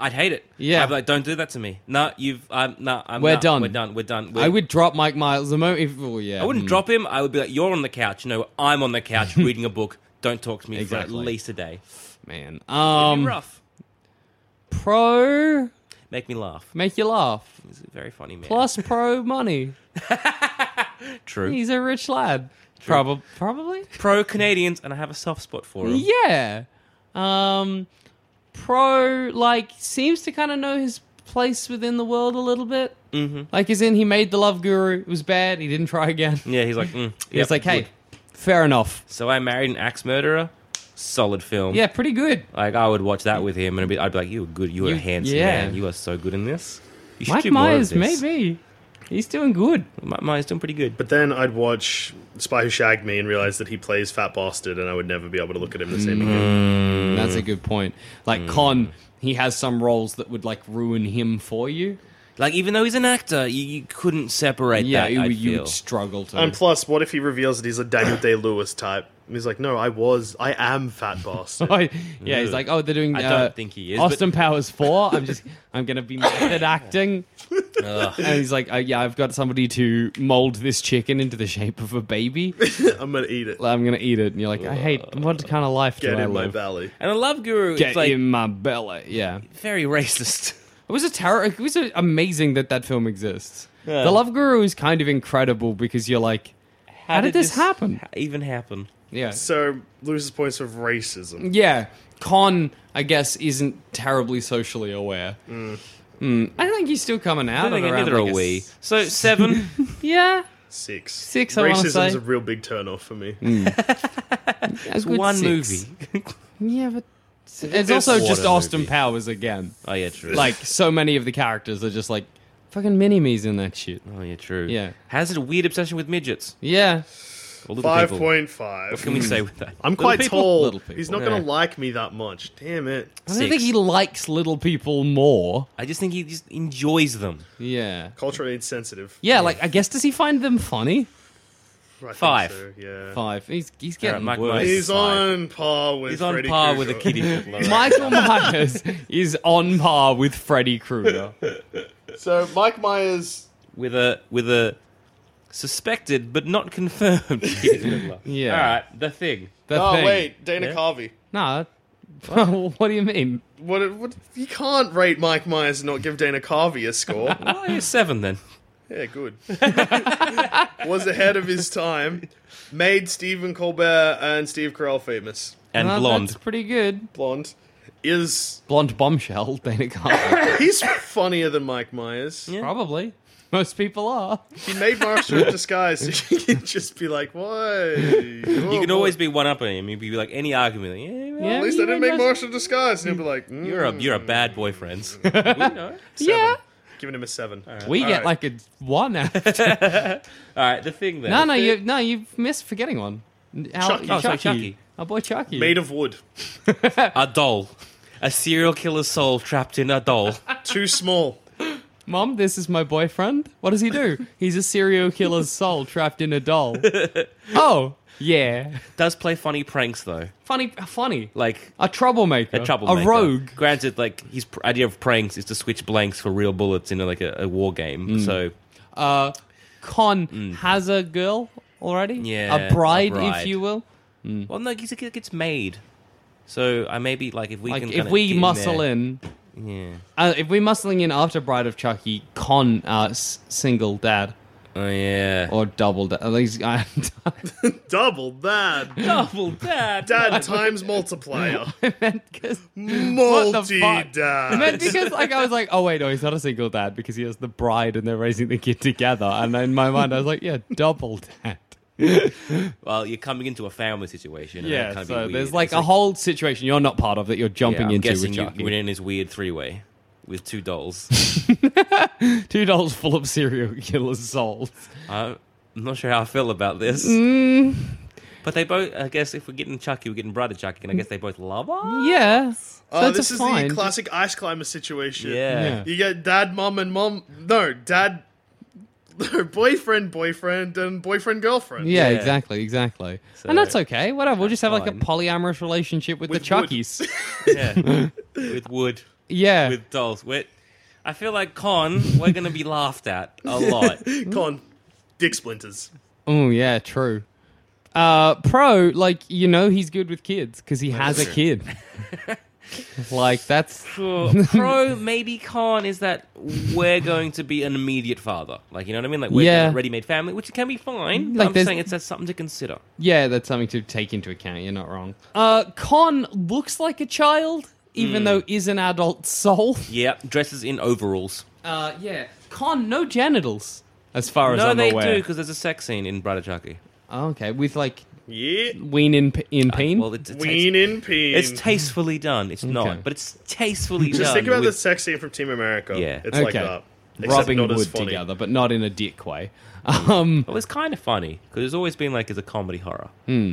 I'd hate it.
Yeah.
I'd be like, don't do that to me. No, you've. I'm. No, I'm.
We're
no,
done.
We're done. We're done. We're,
I would drop Mike Myers the moment. If, oh yeah,
I wouldn't
mm.
drop him. I would be like, you're on the couch. No, I'm on the
[laughs]
couch reading a book. Don't talk to me for
Exactly.
at least a day.
man.
Um,
Um,
rough.
pro
Make me laugh.
make you laugh.
He's a very funny man.
Plus pro money.
true.
He's a rich lad. Probably, probably.
pro Canadians, and I have a soft spot for him.
Yeah. Um, Pro like seems to kind of know his place within the world a little bit. Mm-hmm. Like, as in, he made the Love Guru. It was bad. He didn't try again.
Yeah, he's like, mm,
He
yep,
was like, hey,
good.
fair enough.
So I married an axe murderer. Solid film.
Yeah, pretty good.
Like I would watch that with him, and I'd be, I'd be like, "You were good. You were
You-
a handsome
yeah.
man. You are so good in this. You should
Mike
do more of
Myers,
this."
maybe he's doing good.
Mike Myers doing pretty good.
But then I'd watch Spy Who Shagged Me and realize that he plays Fat Bastard, and I would never be able to look at him the
Mm.
same again.
That's a good point. Like Con, he has some roles that would like ruin him for you.
Like even though he's an actor, you, you couldn't separate
Yeah,
that.
you,
I
you
feel.
would struggle to.
And plus, what if he reveals that he's a Daniel Day Lewis type? And he's like, no, I was, I am Fat
[laughs]
Bastard.
Oh, yeah, he's [laughs] like, oh, they're doing.
I
uh,
don't think he is,
Austin Powers four.
[laughs]
I'm just, I'm gonna be method acting. And he's like, oh, yeah, I've got somebody to mold this chicken into the shape of
[laughs]
a baby.
[laughs] I'm gonna eat it.
I'm gonna eat it. And you're like, I hate. What kind of life
Get
do I
in my
live?
valley.
And I love Guru.
Get
it's like
in my belly. Yeah,
very racist. [laughs]
it was a terror. It was a, amazing that that film exists. The Love Guru is kind of incredible because you're like,
How,
did this happen?
ha- Even happen?
yeah,
So loses points of racism.
yeah. Con, I guess, isn't terribly socially aware. Mm, I think he's still coming out.
I don't
at
think
around,
neither are
like, a
we.
s-
So seven.
[laughs] Yeah.
Six.
Six, I wanna
Racism's a
say.
real big turnoff for me.
Mm.
That's
one movie.
Yeah, but it's,
also
also
Water
just
just
Austin
Austin movie.
Powers again.
Oh yeah, true.
Like so many of the characters are just like fucking mini me's in that shit.
oh yeah, true.
Yeah.
has it a weird obsession with midgets?
Yeah,
Or little
Five
people?
point five.
What can we say with that?
I'm quite
people?
tall.
Little people.
He's not gonna
Yeah.
like me that much. Damn it.
I don't
Six.
think he likes little people more.
I just think he just enjoys them.
Yeah,
Culturally insensitive.
yeah. Like I guess does he find them funny?
I think
Five.
so, yeah.
Five. He's he's
All right,
getting
Mike
worse.
Myers.
He's
Five.
on par with.
He's on
Freddy
par
Krueger.
with a
[laughs]
kiddie.
Michael Myers is on par with Freddy Krueger.
So Mike Myers.
with a with a suspected but not confirmed. [laughs]
[laughs] Yeah.
All right, the thing.
The
oh
thing.
wait, Dana
Yeah?
Carvey.
Nah. [laughs] what do you mean?
What? What? You can't rate Mike Myers and not give Dana Carvey a score.
Oh, yeah, seven then.
yeah, good. [laughs] Was ahead of his time. Made Stephen Colbert and Steve Carell famous.
And
Nah,
blonde.
That's pretty good.
Blonde. Is
Blonde bombshell. [laughs] Dana Carvey.
he's funnier than Mike Myers?
Probably. Most people are.
He made
[laughs]
Master of Disguise, [laughs] so you can just be like, "Why?"
You can always be one up on him. You'd be like any argument. Like, yeah, well,
Yeah,
At least
you
I didn't
made
make
Mas-
Master of Disguise, and he'll be like, mm,
You're a you're a bad boyfriend.
[laughs] seven.
Yeah.
Giving him a seven.
We
All
get
right.
like a one out.
All right, the thing then.
[laughs] no, no, you no, you've missed forgetting one. Our,
Chucky.
Oh, sorry, Chucky.
Our boy Chucky.
made of wood,
a doll, a serial killer soul trapped in a doll.
[laughs]
too small.
Mom, this is my boyfriend. What does he [laughs] do? He's a serial killer's soul trapped in a [laughs] doll. oh, yeah.
Does play funny pranks though,
Funny, funny.
like
A troublemaker.
a troublemaker.
A rogue.
Granted, like his pr- idea of pranks is to switch blanks for real bullets in a, like a, a war game. So
Uh, con has a girl already.
Mm. Yeah,
A bride,
a bride.
if you will.
Well, no, because it gets made. So I maybe like if we
Like
can
if
kinda
we
get in
muscle
there-
in,
yeah.
uh, if we muscling in after Bride of Chucky, con uh, s- single dad
Oh yeah.
or double dad. At least I. [laughs]
Double that.
Double dad. [laughs]
Dad times multiplier. Uh,
meant because
Multi
meant
dad.
because like I was like, oh wait, no, he's not a single dad because he has the bride and they're raising the kid together. And in my mind, I was like, yeah, double dad.
Well, you're coming into a family situation. and that
Yeah,
can't be
so
weird.
there's like
It's
a whole situation you're not part of that you're
yeah,
jumping
I'm
into
guessing
with
you-
Chucky.
you went in this weird three-way with two dolls. [laughs]
Two dolls full of serial killer souls.
I'm not sure how I feel about this. Mm. But they both. I guess if we're getting Chucky, we're getting brother Chucky, and I guess they both love us.
Yeah, so
Uh,
it's
this
a
is
fine.
the classic ice climber situation.
Yeah.
Yeah.
You get dad, [laughs] mom, and mom. No, dad, they're boyfriend, boyfriend, and boyfriend, girlfriend.
Yeah,
Yeah.
exactly, exactly.
So-
and that's okay. Whatever. We'll just have like a
fine.
polyamorous relationship with,
With
the Chuckies.
[laughs] Yeah. with wood,
yeah.
with dolls. We're, I feel like con, we're going to be laughed at
[laughs]
a lot.
Con, dick splinters.
oh yeah, true. Uh, pro, like you know, he's good with kids because he has a kid. like that's
Sure. Pro, maybe con is that we're going to be an immediate father. Like, you know what I mean? Like, we're
Yeah.
a ready made family, which can be fine. but
Like,
I'm
there's-
just saying it's that's something to consider.
yeah, that's something to take into account. You're not wrong. Uh, Con looks like a child, even though is an adult soul.
Yeah, dresses in overalls.
Uh, yeah. Con, no genitals, as far as
no,
I'm
they do,
aware.
because there's a sex scene in Brother Chucky.
Okay, with like
Yeah.
ween in p- in pain.
Well, it's, it's,
Ween in peen.
it's tastefully done. It's
Okay.
not, but it's tastefully
Just
done.
think about
with-
the sex scene from Team America.
Yeah.
It's like
Okay.
that. Except
rubbing
not as
wood
funny.
together, but not in a dick way. Um,
Well, it's kind of funny because it's always been like it's a comedy horror.
Yeah.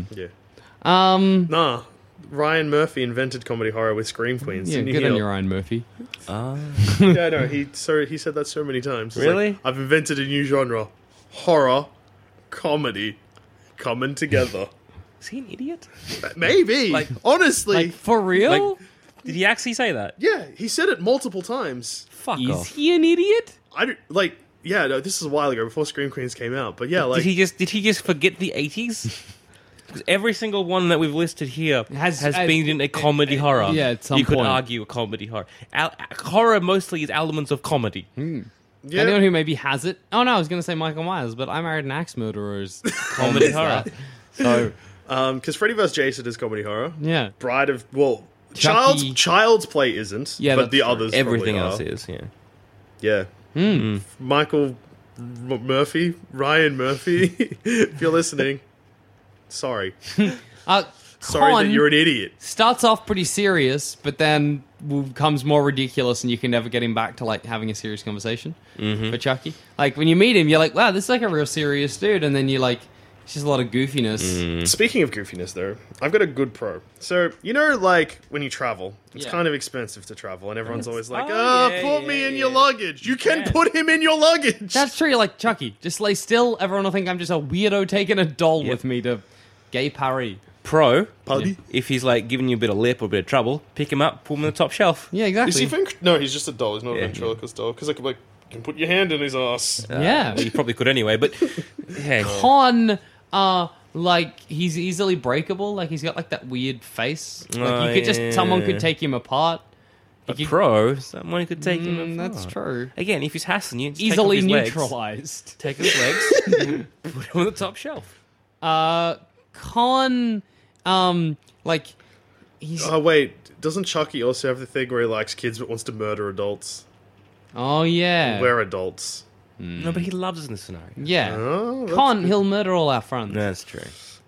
Um. Nah. Ryan Murphy invented comedy horror with Scream Queens.
yeah,
didn't
good
you
on
hear?
your own, Murphy.
Yeah, no, he so he said that so many times. It's like,
Really?
I've invented a new genre: horror, comedy,
[laughs]
coming together.
Is he an idiot?
Maybe,
Like-
honestly,
Like for real?
Like, did he actually say that?
yeah, he said it multiple times.
Fuck
Is
off.
he an idiot?
I don't- like, yeah, no, this is a while ago before Scream Queens came out, but yeah, like,
did he just did he just forget the [laughs] eighties? Because every single one that we've listed here
Has-
has,
uh,
been in a comedy horror.
yeah, at some
you could
point.
argue a comedy horror. Al- horror mostly is elements of comedy.
yeah,
Anyone who maybe has it? Oh no, I was going to say Michael Myers, but I married an axe murderer. Is
Comedy horror.
so
um, because Freddy vs Jason is comedy horror.
yeah.
Bride of well,
Chucky.
Child's Child's Play isn't.
Yeah,
but
that's
the
true.
others, probably
Everything
are.
else is yeah.
Yeah.
Hmm.
Michael M- Murphy, Ryan Murphy, [laughs] if you're listening, sorry.
Uh,
Sorry
Con
that you're an idiot.
starts off pretty serious, but then becomes more ridiculous, and you can never get him back to like having a serious conversation for Chucky. Like when you meet him, you're like, wow, this is like a real serious dude, and then you like, it's just a lot of goofiness.
Speaking of goofiness, though, I've got a good pro. So, you know, like when you travel, it's
Yeah.
kind of expensive to travel, and everyone's always like,
oh,
oh,
yeah,
put
yeah,
me in
yeah.
your luggage. You can
Yeah.
put him in your luggage.
That's true. Like Chucky, just lay still. Everyone will think I'm just a weirdo taking a doll with me to gay Paris.
Pro,
[laughs] Pardon?
if he's like giving you a bit of lip or a bit of trouble, pick him up, put him on the top shelf.
Yeah,
Is he
exactly.
ventriloquist? No, he's just a doll. He's not
Yeah.
a ventriloquist doll. Because I could, like, you can put your hand in his
[laughs]
ass.
yeah,
You probably could anyway,
[laughs]
but yeah,
Con, uh, like he's easily breakable. Like he's got like that weird face. Like
Oh,
you could just
yeah.
someone could take him apart.
But
You could-
pro, someone could take him.
Mm,
apart.
that's true.
Again, if he's hassling you, just take
Easily
off his legs.
neutralized.
Take his
[laughs]
legs, put him on the top shelf.
Uh, Con, um, like he's
Oh, wait. Doesn't Chucky also have the thing where he likes kids but wants to murder adults?
oh yeah,
We're adults.
Mm.
No, but he loves us in this scenario.
yeah.
Oh, that's
Con, he'll murder all our friends.
That's true.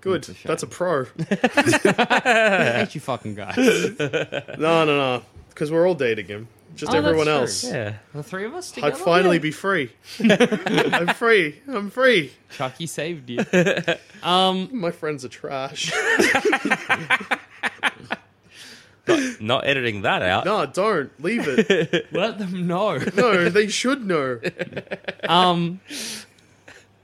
good. That's a
[laughs]
pro.
I hate you,
[laughs]
fucking guys.
No, no, no. Because we're all dating him. Just
Oh,
everyone
that's
else.
true.
Yeah.
the three of us together.
I'd finally
Yeah.
be
[laughs]
free. I'm free. I'm free.
Chucky saved you.
My friends are trash.
Not editing that out.
no, don't. Leave
[laughs]
it.
Let them know.
No, they should know.
Um.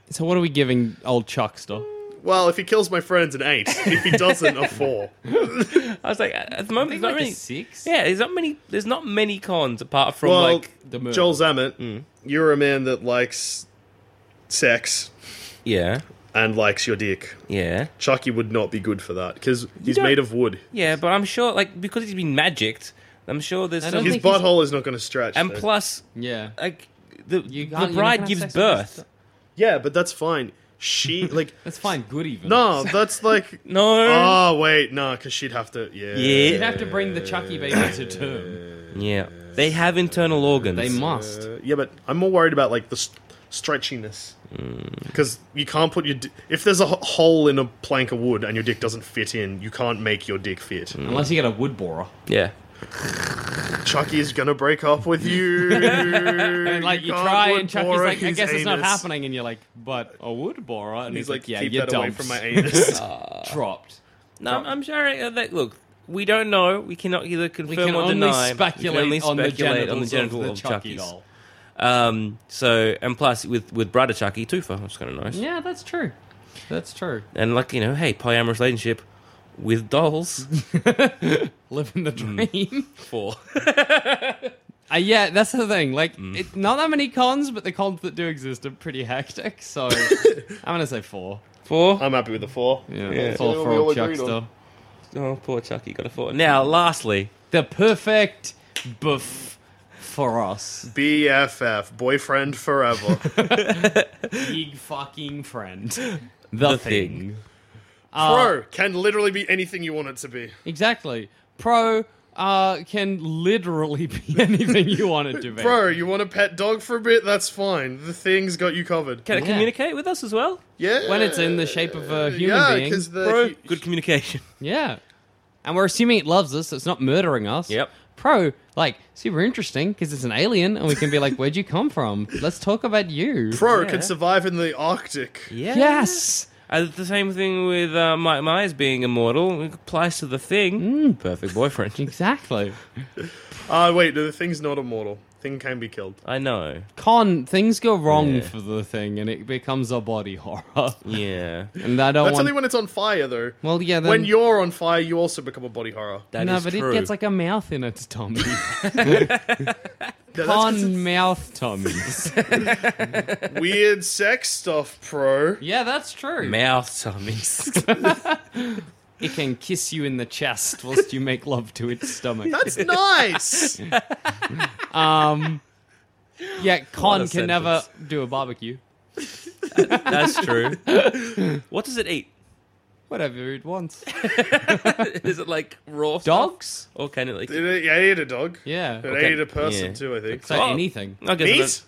So what are we giving old Chuckster?
Well, if he kills my friends, an eight. If he doesn't, a
[laughs]
four.
I was like, at the moment, there's not
like a
many.
six?
Yeah, there's not many. There's not many cons apart from
Well,
like.
the Mm. murder.
Joel Zammit, you're a man that likes sex
Yeah.
and likes your dick.
Yeah.
Chucky would not be good for that because he's
don't-
made of wood.
Yeah, but I'm sure, like, because he's been magicked, I'm sure there's
I
some.
don't
His
think he's-
butthole is not going to stretch.
And
though.
plus,
Yeah.
like, the, the
You can't- you're not
bride
gonna
gives
have sex with
birth.
this-
yeah, but that's fine. She like [laughs]
That's fine. Good even.
no, that's
[laughs]
like
No.
Oh wait, no, because she'd have to. Yeah,
Yeah.
You'd have to bring the Chucky baby to term.
yeah. They have internal organs.
They must.
Uh, yeah, but I'm more worried about like the st- stretchiness
Mm.
because you can't put your di- if there's a h- hole in a plank of wood and your dick doesn't fit in, you can't make your dick fit.
Unless you get a wood borer.
Yeah.
Chucky is gonna break up with you.
[laughs] And like you,
can't
try
wood
and Chucky's
bore
like, I
his
guess it's not
anus."
happening, and you're like, but a wood borer, and
He's,
he's,
like,
yeah,
keep
you
that away
dumped.
from my
[laughs]
anus.
dropped.
No, I'm, I'm sure. Uh, that, look, we don't know. We cannot either confirm
We can
or
only
deny. We can
speculate,
only
on the
speculate
genitals
on the
of
genital
the
of
Chucky
Chucky's.
doll.
Um, so and plus with with brother Chucky Tufa, it's kind of nice.
Yeah, that's true. That's true.
And like you know, hey, polyamorous relationship with
[laughs]
dolls
Living the dream.
for
Uh, yeah, that's the thing. Like, it, not that many cons, but the cons that do exist are pretty hectic. [laughs] So I'm gonna say four.
for
Um,
I'm happy with the four.
Yeah,
Yeah.
four
So
for
we all
old
agreed on-
Chuckster.
oh poor Chucky got a four. Now, lastly,
The perfect buff for us.
BFF, boyfriend [laughs] forever.
Big fucking friend. [laughs] The,
Thing.
Pro can literally be anything you want it to be.
Exactly. Pro uh, can literally be [laughs] anything you want it to be.
Bro, you want a pet dog for a bit? That's fine. The thing's got you covered.
can it
Yeah.
communicate with us as well?
Yeah.
When it's in the shape of a human
yeah,
being.
because the
Bro,
hu-
good
[laughs]
communication.
Yeah. And we're assuming it loves us, so it's not murdering us.
Yep.
Pro, like, super interesting because it's an alien and we can be like, where'd you come from? Let's talk about you.
Pro
Yeah.
can survive in the Arctic.
Yeah.
Yes.
Uh, the same thing with uh, Mike Myers being immortal. It applies to the thing.
Mm,
Perfect boyfriend.
Exactly.
Ah, wait, no, the thing's not immortal. Thing can be killed.
[laughs] I know.
Con, things go wrong
Yeah.
for the thing and it becomes a body horror.
Yeah.
And I don't
That's
want.
only when it's on fire, though.
well, yeah, then.
when you're on fire, you also become a body horror.
that is
no, but
true.
it gets like a mouth in its
[laughs]
tummy.
Yeah, that's 'cause
Con mouth tummies.
it's [laughs] weird sex stuff,
[laughs]
Pro.
yeah, that's true.
mouth
[laughs]
tummies.
It can kiss you in the chest whilst you make love to its stomach.
That's
[laughs]
nice.
Yeah, Con can
What a
never
sentence.
do a barbecue.
That's
[laughs]
true. what does it eat? [laughs]
Whatever it wants.
Is it like raw stuff?
Dogs?
Or can it like
It, it ate a dog.
Yeah.
It
Okay,
ate a person,
yeah.
too, I think.
So
Oh.
anything.
I guess I
meat?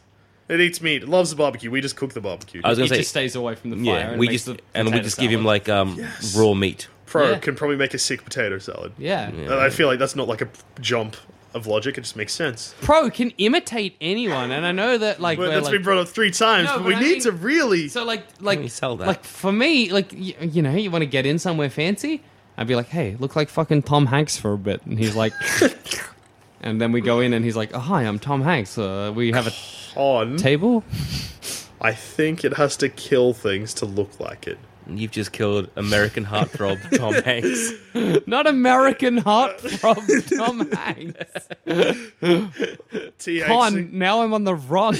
don't-
It eats meat. It loves the barbecue. We just cook the barbecue.
I was
He
gonna say
just stays away from the fire.
yeah.
and
We
makes
just
the
and we
potato
just give him
salad.
like um raw meat.
Pro
Yeah.
can probably make a sick potato salad.
Yeah.
And I feel like that's not like a jump of logic. It just makes sense.
Pro can imitate anyone, and I know that like
Well,
we're
that's
like
been brought up three times,
No,
but
but
we
I
need
mean-
to really.
so like like
me sell that.
like for me like you, you know you want to get in somewhere fancy. I'd be like, hey, look like fucking Tom Hanks for a bit, and
[laughs]
he's like. And then we go in, and he's like, "Oh hi, I'm Tom Hanks. Uh, we have a
on.
table." [laughs]
I think it has to kill things to look like it.
You've just killed American [laughs] heartthrob Tom Hanks.
Not American
[laughs]
heartthrob Tom Hanks.
THC.
Con, now I'm on the
[laughs]
run.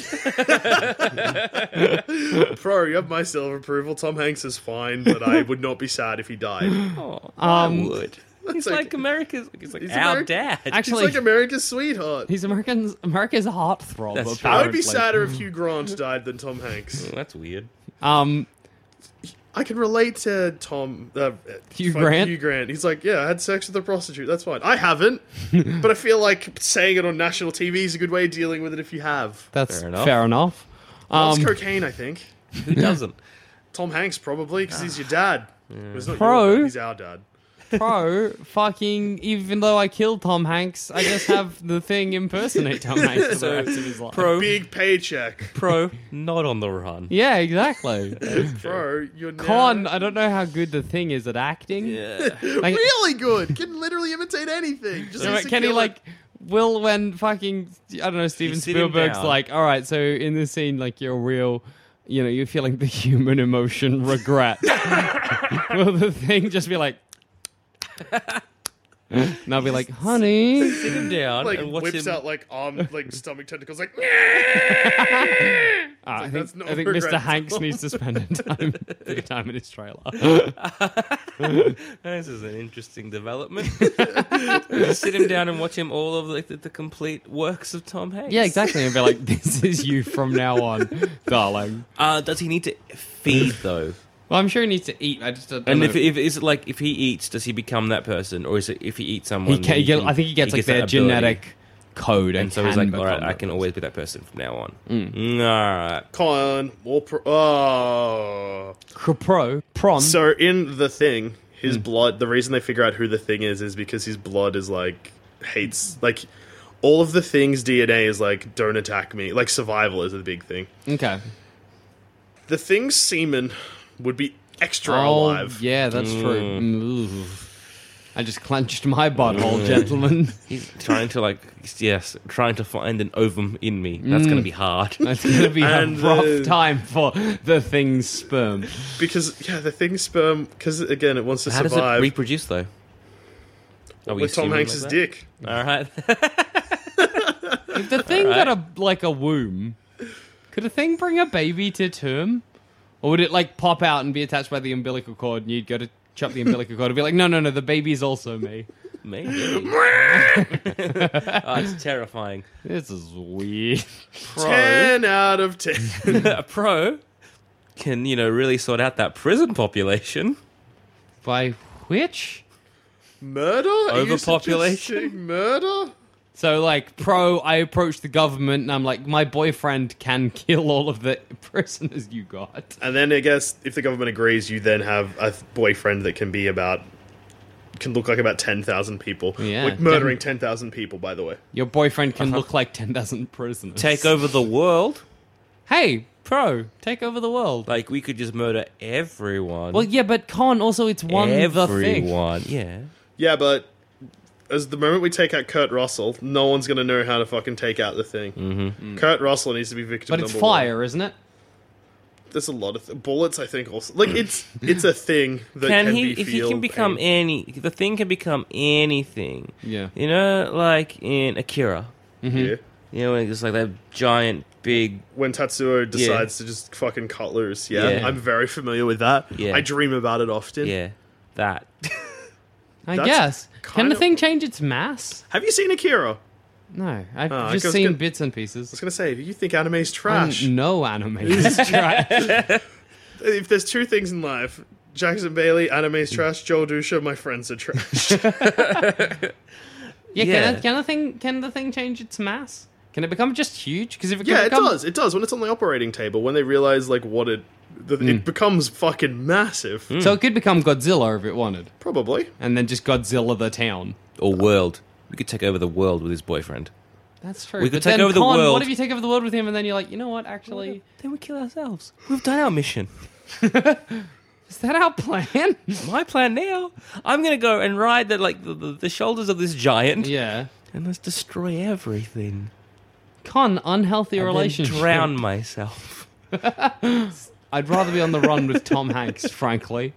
Pro, you have my seal of approval. Tom Hanks is fine, but I would not be sad if he
[laughs]
died.
Oh, I
Um,
would. He's
okay.
like America's. He's like
He's
our
Ameri-
dad.
He's
actually,
like America's sweetheart.
He's American's America's heartthrob.
That's true.
I would
apparently.
be sadder
[laughs]
if Hugh Grant died than Tom Hanks.
That's [laughs] weird.
Um,
I can relate to Tom. Uh,
Hugh
fuck
Grant?
Hugh Grant. He's like, yeah, I had sex with a prostitute. That's fine. I
[laughs]
haven't, but I feel like saying it on national TV is a good way of dealing with it if you have.
that's
Fair
fair
enough.
enough.
Loves
Um,
cocaine, I think.
Who doesn't?
Tom Hanks probably because he's your dad. Well, he's not
Pro.
your dad, he's our dad.
pro, fucking. Even though I killed Tom Hanks, I just have the thing
[laughs]
impersonate Tom Hanks for the rest of his life.
Pro,
Big
[laughs]
paycheck,
pro, not on the run.
yeah, exactly.
bro. You're now-
Con, I don't know how good the thing is at acting.
Yeah.
Like,
really good. Can literally imitate anything. Just
you know,
needs to
can he
kill
like? Will when fucking I don't know Steven
You sit him
Spielberg's
down.
like, all right, so in this scene, like you're real, you know, you're feeling the [laughs] human emotion regret. [laughs] Will the thing just be like? and I'll be
[laughs]
like,
[laughs]
honey,
Sit him down
it, like
and watch
whips
him.
out like arm, like stomach tentacles, like. [laughs]
Ah, I
that's
think,
no
I think Mr.
regrets.
Hanks needs to spend a time [laughs] bit of time in
[laughs]
his trailer.
[laughs] This is an interesting
[laughs]
development. sit him down and watch him all of like the, the complete works of Tom Hanks.
yeah, exactly. And be like, this is you from now on, [laughs] darling.
Uh, does he need to feed though?
Well, I'm sure he needs to eat. I just don't
And
know.
if, if is it like if he eats, does he become that person, or is it if he eats someone?
he can,
then
get, I think he gets like
that
their
ability?
genetic code, and,
And so he's like, all right,
become
I
that
can
person."
always be that person from now on. Mm, all right.
Con more pro- oh.
Pro,
Um,
prom.
So in the thing,
Hmm.
his blood. The reason they figure out who the thing is is because his blood is like hates like all of the things DNA is like don't attack me. Like survival is a big thing.
okay.
The thing's semen would be extra
Oh,
alive.
yeah, that's true. Mm, ooh. I just clenched my butthole, [laughs] gentlemen.
He's trying to like yes, trying to find an ovum in me. That's gonna be hard.
That's gonna be a
And,
rough
uh,
time for the thing's sperm.
Because yeah, the thing sperm. Because again, it wants
[laughs]
to
How does it
survive
reproduce though? Are we
with Tom
assuming
Hanks's
like that?
dick.
All right.
If the thing got a like a womb, could a thing bring a baby to term, or would it like pop out and be attached by the umbilical cord, and you'd go to chop the umbilical cord and be like, no, no, no, the baby's also me.
[laughs]
[laughs]
Maybe. oh, it's terrifying.
This is weird.
Pro,
Ten out of ten. [laughs]
a pro can you know really sort out that prison population.
By which?
murder? Are you
Overpopulation?
suggesting Murder?
So like pro, I approached the government and I'm like, my boyfriend can kill all of the [laughs] prisoners you got.
And then I guess if the government agrees, you then have a th- boyfriend that can be about can look like about ten thousand people.
Yeah.
Like murdering ten thousand people, by the way.
Your boyfriend can look like ten thousand prisoners.
Take over the world.
Hey, pro, take over the world.
Like we could just murder everyone.
Well, yeah, but con also it's one the thing.
everyone. Yeah.
Yeah, but as the moment we take out Kurt Russell, no one's gonna know how to fucking take out the thing.
Mm.
Mm-hmm. Kurt Russell needs to be victim.
But it's
number one.
fire, isn't it?
There's a lot of th- bullets. I think also like it's it's a thing that can,
Can he?
be
If he can
field
become
pain.
any, the thing can become anything.
Yeah.
You know, like in Akira.
Yeah.
You know, it's like that giant, big.
when Tatsuo decides to just fucking cut loose. Yeah,
Yeah.
I'm very familiar with that.
Yeah.
I dream about it often.
Yeah, that.
I
That's
guess. Can
kind
the
of-
thing change its mass?
Have you seen Akira?
No, I've
Ah,
just
I was
seen
gonna-
bits and
I was
pieces.
gonna say, you think anime's
And
trash? [laughs]
No anime is trash.
If there's two things in life, Jackson Bailey, anime's trash. Joel Dusha, my friends are
[laughs]
trash.
Yeah, Can,
Yeah.
it, can the thing can the thing change its mass? Can it become just huge? Because if it can
yeah, it
become,
does. It does when it's on the operating table. When they realize like what it, that
Mm.
it becomes fucking massive.
so it could become Godzilla if it wanted,
Probably.
and then just Godzilla the town.
[laughs] Or world. We could take over the world with his boyfriend.
That's true.
We could
But
take
then
over the
Khan, What
world.
if you take over the world with him, and then you're like, you know what? Actually,
Then we kill ourselves. We've done our mission.
is that our plan?
My plan now. I'm gonna go and ride the like the, the, the shoulders of this giant,
[laughs] yeah,
and let's destroy everything.
con unhealthy
And then
relationship.
drown myself. [laughs]
I'd rather be on the run with Tom Hanks, frankly.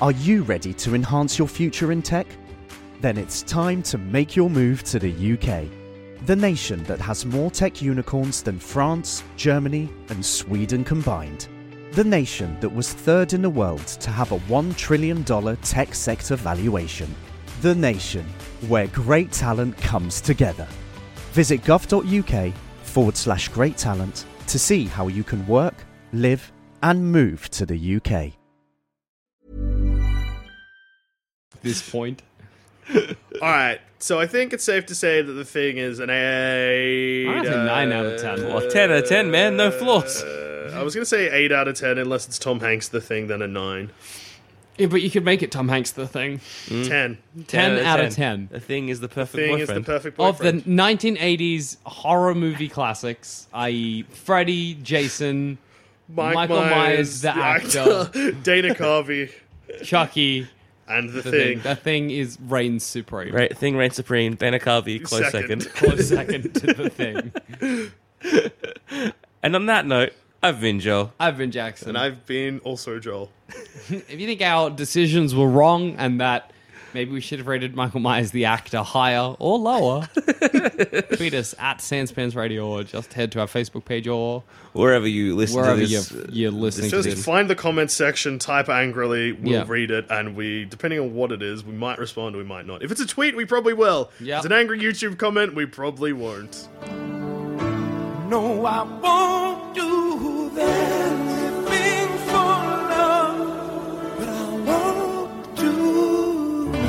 Are you ready to enhance your future in tech? Then it's time to make your move to the UK, the nation that has more tech unicorns than France, Germany, and Sweden combined. The nation that was third in the world to have a $1 trillion tech sector valuation. The nation where great talent comes together. Visit gov.uk forward slash great talent to see how you can work, live, and move to the UK.
this point.
All right. So I think it's safe to say that the thing is an eight.
I think nine out of ten.
Well, ten out of ten, man. No flaws.
Uh, I was gonna say eight out of ten, unless it's Tom Hanks the thing, then a nine.
Yeah, but you could make it Tom Hanks the thing.
Ten.
10 out of 10.
The thing is the perfect
Thing is the
boyfriend.
perfect
Of the
boyfriend.
1980s horror movie classics, i.e., Freddy, Jason,
Mike
Michael Myers, the
[laughs] Dana Carvey,
Chucky,
and the,
the
thing.
thing. The thing is reigns supreme.
Right, thing reigns supreme. Dana Carvey, close
Second.
second.
[laughs]
Close second to the [laughs] thing.
And on that note, I've been Joel.
I've been Jackson.
And I've been also Joel.
if you think our decisions were wrong and that maybe we should have rated Michael Myers the actor higher
[laughs]
or lower, tweet us at Sanspans Radio or just head to our Facebook page or
Wherever you listen
wherever
to
you're,
this, uh,
you're listening to
Just
this.
find the comments section, type angrily, we'll
Yeah.
read it, and we, depending on what it is, we might respond, we might not. If it's a tweet, we probably will.
Yeah.
If it's an angry YouTube comment, we probably won't.
No, I won't do anything for love, but I won't do love.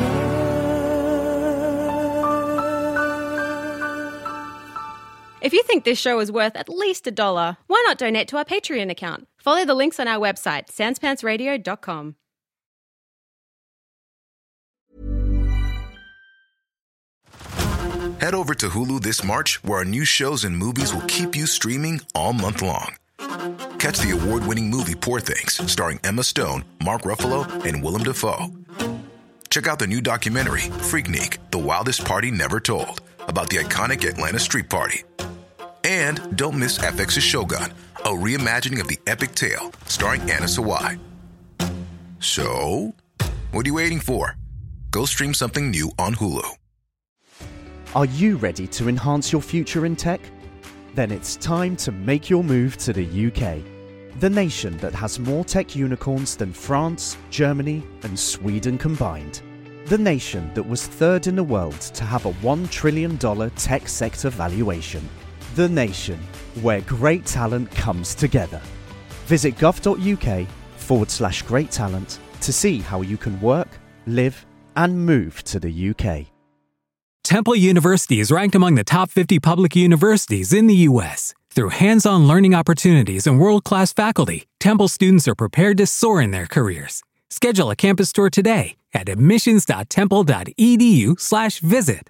If you think this show is worth at least a dollar, why not donate to our Patreon account? Follow the links on our website, sanspantsradio.com.
Head over to Hulu this March, where our new shows and movies will keep you streaming all month long. Catch the award winning movie Poor Things, starring Emma Stone, Mark Ruffalo, and Willem Dafoe. Check out the new documentary, Freaknik The Wildest Party Never Told, about the iconic Atlanta Street Party. And don't miss FX's Shogun, a reimagining of the epic tale, starring Anna Sawai. So, what are you waiting for? Go stream something new on Hulu.
Are you ready to enhance your future in tech? Then it's time to make your move to the UK, the nation that has more tech unicorns than France, Germany, and Sweden combined. The nation that was third in the world to have a $1 trillion tech sector valuation. The nation where great talent comes together. Visit gov.uk forward slash great talent to see how you can work, live, and move to the UK.
Temple University is ranked among the top 50 public universities in the U.S. Through hands on learning opportunities and world class faculty, Temple students are prepared to soar in their careers. Schedule a campus tour today at admissions.temple.edu/slash visit.